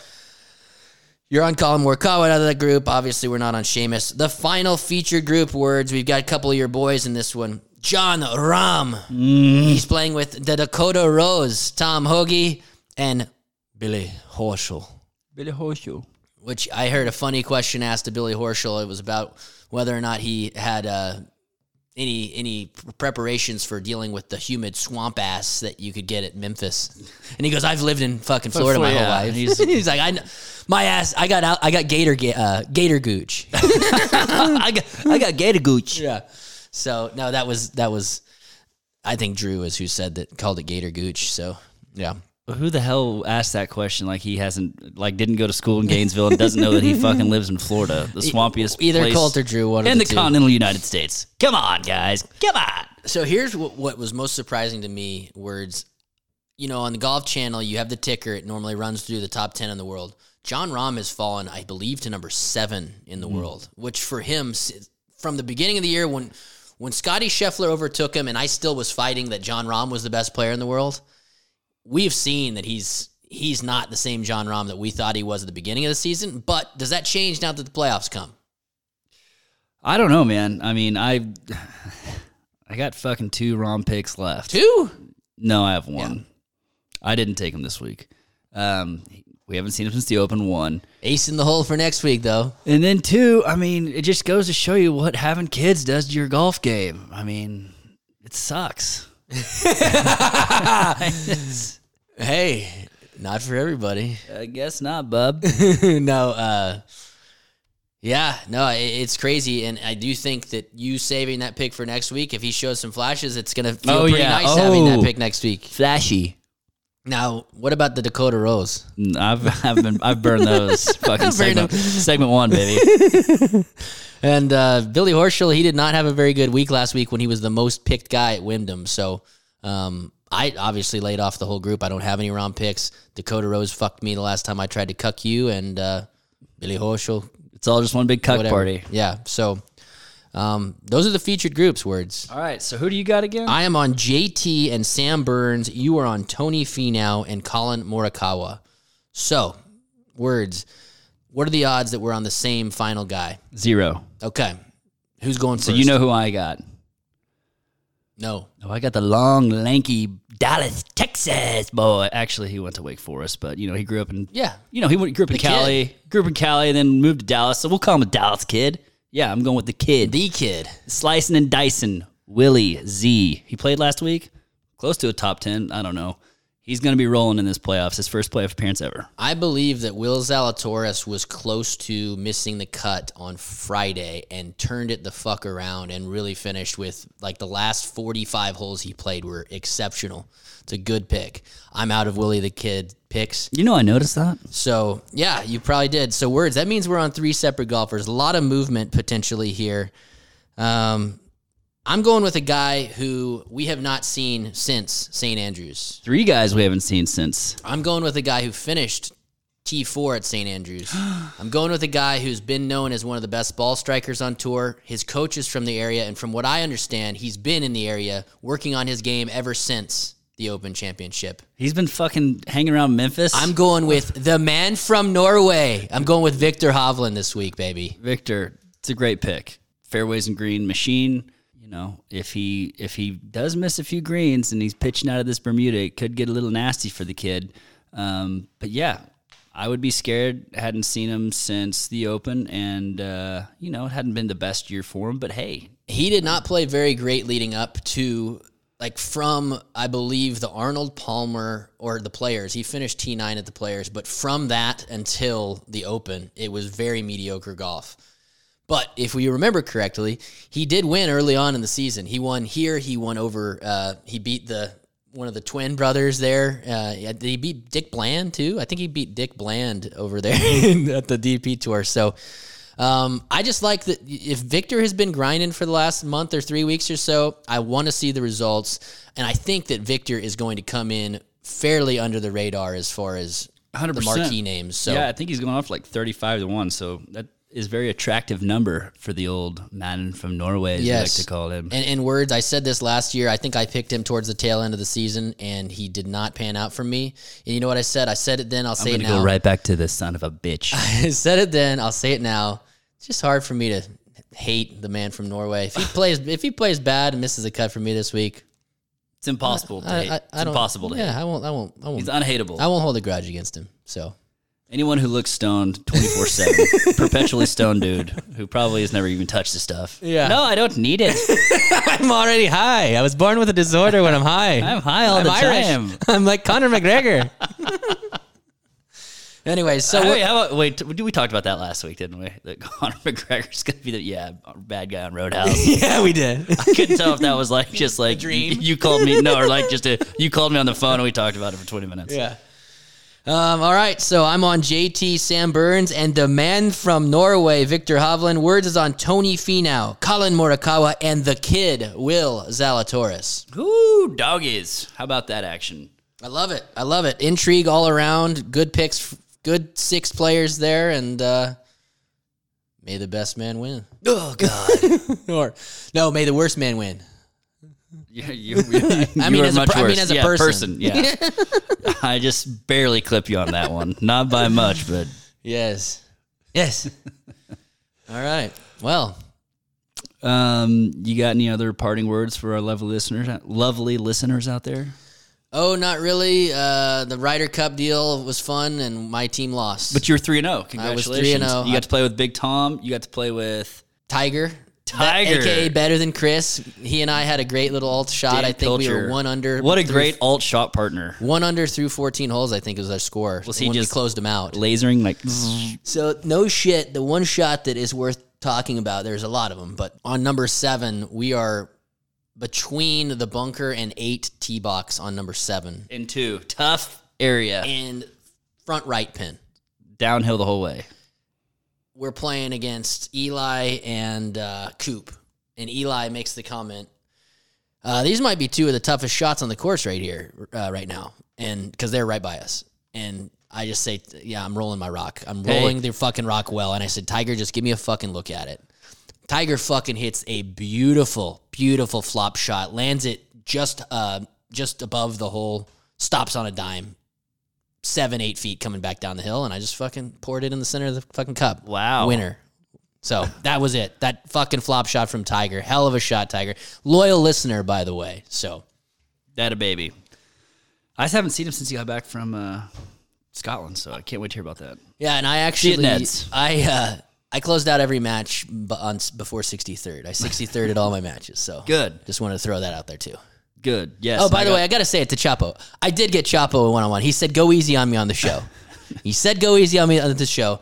[SPEAKER 7] you're on Colin Morikawa out of that group. Obviously, we're not on Sheamus. The final feature group words. We've got a couple of your boys in this one. John Rahm. He's playing with the Dakota Rose, Tom Hoagie, and Billy Horschel.
[SPEAKER 6] Billy Horseshoe.
[SPEAKER 7] Which I heard a funny question asked to Billy Horschel. It was about whether or not he had uh, any any preparations for dealing with the humid swamp ass that you could get at Memphis. And he goes, "I've lived in fucking Florida my whole
[SPEAKER 6] yeah,
[SPEAKER 7] life."
[SPEAKER 6] and
[SPEAKER 7] He's,
[SPEAKER 6] he's-
[SPEAKER 7] like, "I, kn- my ass, I got out, I got gator, ga- uh, gator gooch."
[SPEAKER 6] I got I got Gator Gooch.
[SPEAKER 7] yeah. So no, that was that was, I think Drew is who said that called it gator gooch. So yeah,
[SPEAKER 6] Who the hell asked that question? Like he hasn't like didn't go to school in Gainesville and doesn't know that he fucking lives in Florida, the swampiest
[SPEAKER 7] E-, either
[SPEAKER 6] place
[SPEAKER 7] Colt or Drew, one of
[SPEAKER 6] in
[SPEAKER 7] the,
[SPEAKER 6] the
[SPEAKER 7] two.
[SPEAKER 6] continental United States. Come on, guys. Come on.
[SPEAKER 7] so here's what, what was most surprising to me words you know on the golf channel you have the ticker it normally runs through the top 10 in the world john rahm has fallen i believe to number seven in the
[SPEAKER 6] Hmm.
[SPEAKER 7] world which for him s- from the beginning of the year when when scotty scheffler overtook him and i still was fighting that john rahm was the best player in the world we've seen that he's he's not the same john rahm that we thought he was at the beginning of the season but does that change now that the playoffs come
[SPEAKER 6] I don't know, man. I mean, I I got fucking two ROM picks left.
[SPEAKER 7] two
[SPEAKER 6] No, I have one. I didn't take him this week. Um, we haven't seen him since the Open one.
[SPEAKER 7] ace in the hole for next week though
[SPEAKER 6] And then two, I mean, it just goes to show you what having kids does to your golf game. I mean, it sucks.
[SPEAKER 7] hey not for everybody
[SPEAKER 6] I guess not, bub.
[SPEAKER 7] no, uh, yeah, no, i it's crazy, and I do think that you saving that pick for next week, if he shows some flashes, it's gonna feel
[SPEAKER 6] Oh,
[SPEAKER 7] pretty
[SPEAKER 6] yeah.
[SPEAKER 7] nice having that
[SPEAKER 6] Oh.
[SPEAKER 7] pick next week.
[SPEAKER 6] Flashy.
[SPEAKER 7] Now, what about the Dakota Rose?
[SPEAKER 6] I've I've been I've burned those fucking
[SPEAKER 7] Burned 'em.
[SPEAKER 6] segment, segment one, baby.
[SPEAKER 7] And uh, Billy Horschel, he did not have a very good week last week when he was the most picked guy at Wyndham. So um, I obviously laid off the whole group. I don't have any round picks. Dakota Rose fucked me the last time I tried to cuck you, and uh, Billy Horschel.
[SPEAKER 6] It's all just one big cuck
[SPEAKER 7] Whatever.
[SPEAKER 6] party.
[SPEAKER 7] Yeah. So um, those are the featured groups words.
[SPEAKER 6] All right, so who do you got again?
[SPEAKER 7] I am on JT and Sam Burns. You are on Tony Finau and Colin Morikawa. So, words. What are the odds that we're on the same final guy?
[SPEAKER 6] Zero.
[SPEAKER 7] Okay. Who's going first?
[SPEAKER 6] So you know who I got.
[SPEAKER 7] No.
[SPEAKER 6] Oh, I got the long, lanky Dallas, Texas boy. Actually, he went to Wake Forest, but you know he grew up in
[SPEAKER 7] Yeah.
[SPEAKER 6] You know he went, grew up in
[SPEAKER 7] The kid.
[SPEAKER 6] Cali, grew up in Cali, and then moved to Dallas. So we'll call him a Dallas kid. Yeah, I'm going with the kid,
[SPEAKER 7] The kid.
[SPEAKER 6] slicing and dicing Willie Z. He played last week, close to a top ten. I don't know. He's going to be rolling in this playoffs. His first playoff appearance ever.
[SPEAKER 7] I believe that Will Zalatoris was close to missing the cut on Friday and turned it the fuck around and really finished with like the last 45 holes he played were exceptional. It's a good pick. I'm out of Willie the Kid picks.
[SPEAKER 6] You know, I noticed that.
[SPEAKER 7] So yeah, you probably did. So words. That means we're on three separate golfers. A lot of movement potentially here. Um, I'm going with a guy who we have not seen since St. Andrews.
[SPEAKER 6] Three guys we haven't seen since.
[SPEAKER 7] I'm going with a guy who finished T4 at St. Andrews. I'm going with a guy who's been known as one of the best ball strikers on tour. His coach is from the area, and from what I understand, he's been in the area working on his game ever since the Open Championship.
[SPEAKER 6] He's been fucking hanging around Memphis.
[SPEAKER 7] I'm going with the man from Norway. I'm going with Victor Hovland this week, baby.
[SPEAKER 6] Victor. It's a great pick. fairways and green machine. You know, if he if he does miss a few greens and he's pitching out of this Bermuda, it could get a little nasty for the kid. Um, but yeah, I would be scared. Hadn't seen him since the Open, and uh, you know, it hadn't been the best year for him. But hey,
[SPEAKER 7] he did not play very great leading up to like from I believe the Arnold Palmer or the Players. He finished T nine at the Players, but from that until the Open, it was very mediocre golf. But if we remember correctly, he did win early on in the season. He won here. He won over. Uh, he beat the one of the twin brothers there. Uh, yeah, did he beat Dick Bland too? I think he beat Dick Bland over there at the DP Tour. So um, I just like that if Victor has been grinding for the last month or three weeks or so, I want to see the results. And I think that Victor is going to come in fairly under the radar as far as
[SPEAKER 6] 100%.
[SPEAKER 7] the marquee names. So
[SPEAKER 6] yeah, I think he's going off like thirty-five to one. So that is a very attractive number for the old man from Norway, as
[SPEAKER 7] Yes.
[SPEAKER 6] we like to call him.
[SPEAKER 7] And in words, I said this last year. I think I picked him towards the tail end of the season, and he did not pan out for me. And you know what I said? I said it then. I'll
[SPEAKER 6] I'm
[SPEAKER 7] say
[SPEAKER 6] going
[SPEAKER 7] it
[SPEAKER 6] to
[SPEAKER 7] now.
[SPEAKER 6] go right back to the son of a bitch.
[SPEAKER 7] I said it then. I'll say it now. It's just hard for me to hate the man from Norway. If he plays, if he plays bad and misses a cut for me this week,
[SPEAKER 6] It's impossible to
[SPEAKER 7] I,
[SPEAKER 6] hate.
[SPEAKER 7] I, I
[SPEAKER 6] it's
[SPEAKER 7] don't,
[SPEAKER 6] impossible to
[SPEAKER 7] yeah,
[SPEAKER 6] hate.
[SPEAKER 7] I won't. I won't. I won't.
[SPEAKER 6] He's unhateable.
[SPEAKER 7] I won't hold a grudge against him. So
[SPEAKER 6] Anyone who looks stoned 24 7, perpetually stoned dude who probably has never even touched the stuff.
[SPEAKER 7] Yeah.
[SPEAKER 6] No, I don't need it.
[SPEAKER 7] I'm already high. I was born with a disorder when I'm high.
[SPEAKER 6] I'm high all the time.
[SPEAKER 7] I'm like Conor McGregor. anyway, so
[SPEAKER 6] wait,
[SPEAKER 7] we're-
[SPEAKER 6] how about, wait, t- we talked about that last week, didn't we? That Conor McGregor's going to be the yeah, bad guy on Roadhouse.
[SPEAKER 7] yeah, we did.
[SPEAKER 6] I couldn't tell if that was like just like
[SPEAKER 7] dream?
[SPEAKER 6] You, you called me, no, or like just a, you called me on the phone and we talked about it for 20 minutes.
[SPEAKER 7] Yeah. Um, all right, so I'm on JT Sam Burns and the man from Norway, Victor Hovland. Words is on Tony Finau, Colin Morikawa, and the kid Will Zalatoris.
[SPEAKER 6] Ooh, doggies. How about that action?
[SPEAKER 7] I love it. I love it. Intrigue all around. Good picks. Good six players there, and uh, may the best man win.
[SPEAKER 6] Oh, God.
[SPEAKER 7] or no, may the worst man win.
[SPEAKER 6] you, you, you,
[SPEAKER 7] I
[SPEAKER 6] you
[SPEAKER 7] mean,
[SPEAKER 6] are
[SPEAKER 7] as a
[SPEAKER 6] much
[SPEAKER 7] per- I mean,
[SPEAKER 6] worse.
[SPEAKER 7] as a
[SPEAKER 6] yeah,
[SPEAKER 7] person.
[SPEAKER 6] yeah. I just barely clip you on that one. Not by much, but
[SPEAKER 7] Yes.
[SPEAKER 6] yes.
[SPEAKER 7] All right. Well,
[SPEAKER 6] Um, you got any other parting words for our lovely listeners, lovely listeners out there?
[SPEAKER 7] oh, not really. Uh, the Ryder Cup deal was fun, and my team lost.
[SPEAKER 6] But you're three and zero.
[SPEAKER 7] I was oh.
[SPEAKER 6] Congratulations!
[SPEAKER 7] 3-0.
[SPEAKER 6] You got to play with Big Tom. You got to play with
[SPEAKER 7] Tiger,
[SPEAKER 6] Tiger.
[SPEAKER 7] aka better than Chris. He and I had a great little alt shot.
[SPEAKER 6] Dan
[SPEAKER 7] I think we
[SPEAKER 6] Pilcher.
[SPEAKER 7] were one under.
[SPEAKER 6] What a
[SPEAKER 7] through-
[SPEAKER 6] great alt shot partner.
[SPEAKER 7] one under through fourteen holes. I think was our score.
[SPEAKER 6] Was he
[SPEAKER 7] when we
[SPEAKER 6] just-
[SPEAKER 7] closed him out?
[SPEAKER 6] Lasering like
[SPEAKER 7] So no shit. The one shot that is worth talking about. There's a lot of them, but on number seven, we are between the bunker and eight tee box on number seven
[SPEAKER 6] into tough area,
[SPEAKER 7] and front right pin.
[SPEAKER 6] downhill the whole way.
[SPEAKER 7] we're playing against Eli and uh, Coop, and Eli makes the comment, uh, "These might be two of the toughest shots on the course right here, uh, right now, and because they're right by us." And I just say, "Yeah, I'm rolling my rock. I'm
[SPEAKER 6] Hey.
[SPEAKER 7] rolling the fucking rock well." And I said, "Tiger, just give me a fucking look at it." Tiger fucking hits a beautiful, beautiful flop shot, lands it just uh, just above the hole, stops on a dime. Seven, eight feet coming back down the hill, and I just fucking poured it in the center of the fucking cup
[SPEAKER 6] Wow.
[SPEAKER 7] winner. So that was it. That fucking flop shot from Tiger. Hell of a shot, Tiger. Loyal listener, by the way. So
[SPEAKER 6] That a baby. I just haven't seen him since he got back from uh, Scotland, so I can't wait to hear about that.
[SPEAKER 7] yeah, and I actually
[SPEAKER 6] Neds.
[SPEAKER 7] I uh, I closed out every match b- on s- before sixty third. I sixty third at all my matches. So
[SPEAKER 6] Good.
[SPEAKER 7] Just wanted to throw that out there too.
[SPEAKER 6] Good. Yes.
[SPEAKER 7] Oh, by
[SPEAKER 6] I
[SPEAKER 7] the
[SPEAKER 6] got-
[SPEAKER 7] way, I gotta say it to Chapo. I did get Chapo one on one. He said, "Go easy on me on the show." he said, "Go easy on me on the show."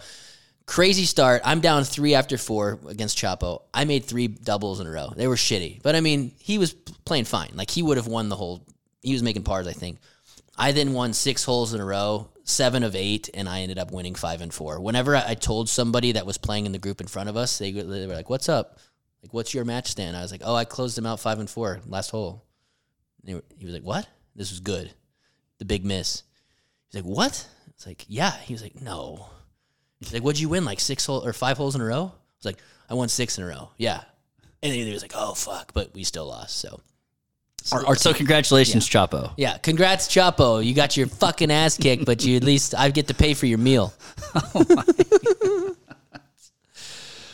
[SPEAKER 7] Crazy start. I'm down three after four against Chapo. I made three doubles in a row. They were shitty, but I mean, he was playing fine. Like he would have won the whole. He was making pars, I think. I then won six holes in a row, seven of eight, and I ended up winning five and four. Whenever I, I told somebody that was playing in the group in front of us, they, were- they were like, "What's up? Like, what's your match stand?" I was like, "Oh, I closed him out five and four last hole." And they were- he was like, "What? This was good. The big miss." He's like, "What?" It's like, "Yeah." He was like, "No." He's like, "What'd you win? Like six hole or five holes in a row?" I was like, "I won six in a row." Yeah. And then he was like, "Oh fuck!" But we still lost. So
[SPEAKER 6] Or- or- so congratulations, Chapo.
[SPEAKER 7] yeah, congrats, Chapo. You got your fucking ass kicked, but you at least I get to pay for your meal.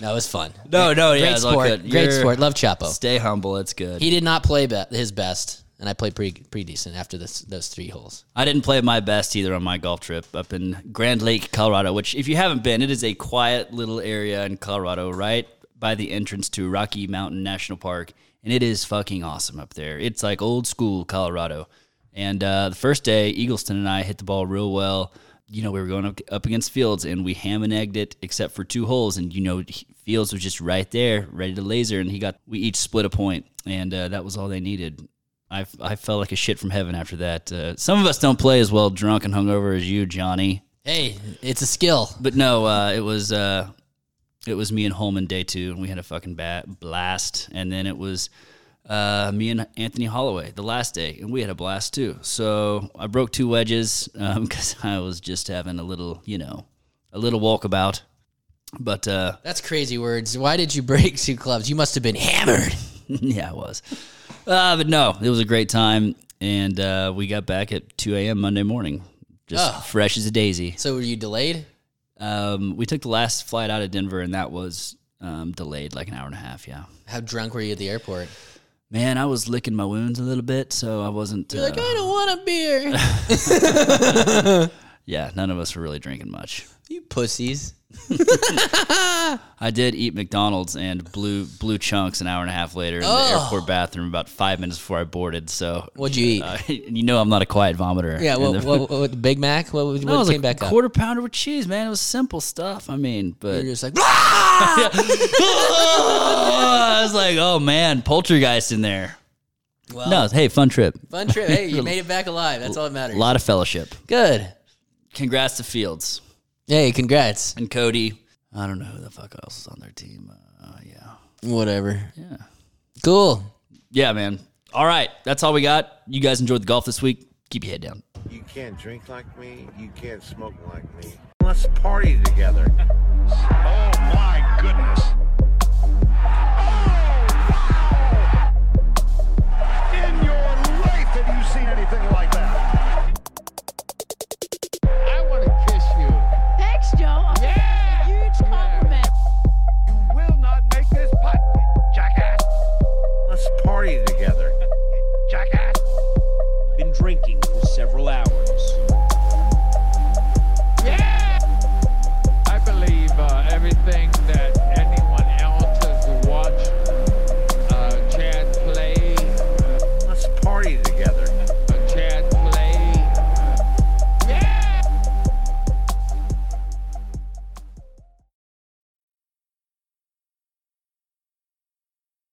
[SPEAKER 7] That was fun.
[SPEAKER 6] No, no, yeah,
[SPEAKER 7] great
[SPEAKER 6] it's all
[SPEAKER 7] sport.
[SPEAKER 6] good.
[SPEAKER 7] Great
[SPEAKER 6] You're-
[SPEAKER 7] sport. Love Chapo.
[SPEAKER 6] Stay humble. It's good.
[SPEAKER 7] He did not play be- his best, and I played pretty pretty decent after this, those three holes.
[SPEAKER 6] I didn't play my best either on my golf trip up in Grand Lake, Colorado, which, if you haven't been, it is a quiet little area in Colorado, right by the entrance to Rocky Mountain National Park. And it is fucking awesome up there. It's like old school Colorado. And uh, the first day, Eagleston and I hit the ball real well. You know, we were going up, up against Fields and we ham and egged it except for two holes. And, you know, he- Fields was just right there, ready to laser. And he got, we each split a point, And uh, that was all they needed. I, I felt like a shit from heaven after that. Uh, some of us don't play as well drunk and hungover as you, Johnny.
[SPEAKER 7] Hey, it's a skill.
[SPEAKER 6] But no, uh, it was uh, it was me and Holman day two, and we had a fucking ba- blast. And then it was uh, me and Anthony Holloway the last day, and we had a blast too. So I broke two wedges because I was just having a little, you know, a little walkabout. But uh,
[SPEAKER 7] That's crazy words. Why did you break two clubs? You must have been hammered.
[SPEAKER 6] yeah, it was. Uh, but no, it was a great time, and uh, we got back at 2 a.m. Monday morning, just
[SPEAKER 7] Oh.
[SPEAKER 6] fresh as a daisy.
[SPEAKER 7] So were you delayed?
[SPEAKER 6] Um, we took the last flight out of Denver, and that was um, delayed like an hour and a half. Yeah,
[SPEAKER 7] How drunk were you at the airport?
[SPEAKER 6] man, I was licking my wounds a little bit, so I wasn't. uh,
[SPEAKER 7] Like I don't want a beer.
[SPEAKER 6] yeah, none of us were really drinking much.
[SPEAKER 7] you pussies.
[SPEAKER 6] I did eat McDonald's and blew blew chunks an hour and a half later in the airport bathroom about five minutes before I boarded. So,
[SPEAKER 7] What'd you eat?
[SPEAKER 6] uh, you know, I'm not a quiet vomiter.
[SPEAKER 7] yeah,
[SPEAKER 6] And
[SPEAKER 7] what,
[SPEAKER 6] the-
[SPEAKER 7] what, what, Big Mac? What, what
[SPEAKER 6] No, it was
[SPEAKER 7] came
[SPEAKER 6] like
[SPEAKER 7] back
[SPEAKER 6] a
[SPEAKER 7] up?
[SPEAKER 6] quarter pounder with cheese, man. It was simple stuff. I mean, but
[SPEAKER 7] You're just like
[SPEAKER 6] I was like, oh man, poltergeist in there. Oh.
[SPEAKER 7] Well-
[SPEAKER 6] no, hey, fun trip.
[SPEAKER 7] fun trip. Hey, you made it back alive. That's all that
[SPEAKER 6] A
[SPEAKER 7] matters.
[SPEAKER 6] lot of fellowship.
[SPEAKER 7] Good.
[SPEAKER 6] Congrats to Fields
[SPEAKER 7] Hey, congrats.
[SPEAKER 6] and Cody. I don't know who the fuck else is on their team. Uh, yeah,
[SPEAKER 7] Whatever. Yeah. Cool.
[SPEAKER 6] yeah, man. All right, that's all we got. You guys enjoyed the golf this week. Keep your head down.
[SPEAKER 1] You can't drink like me. You can't smoke like me. Let's party together.
[SPEAKER 2] Oh my goodness.
[SPEAKER 5] uh, uh, uh,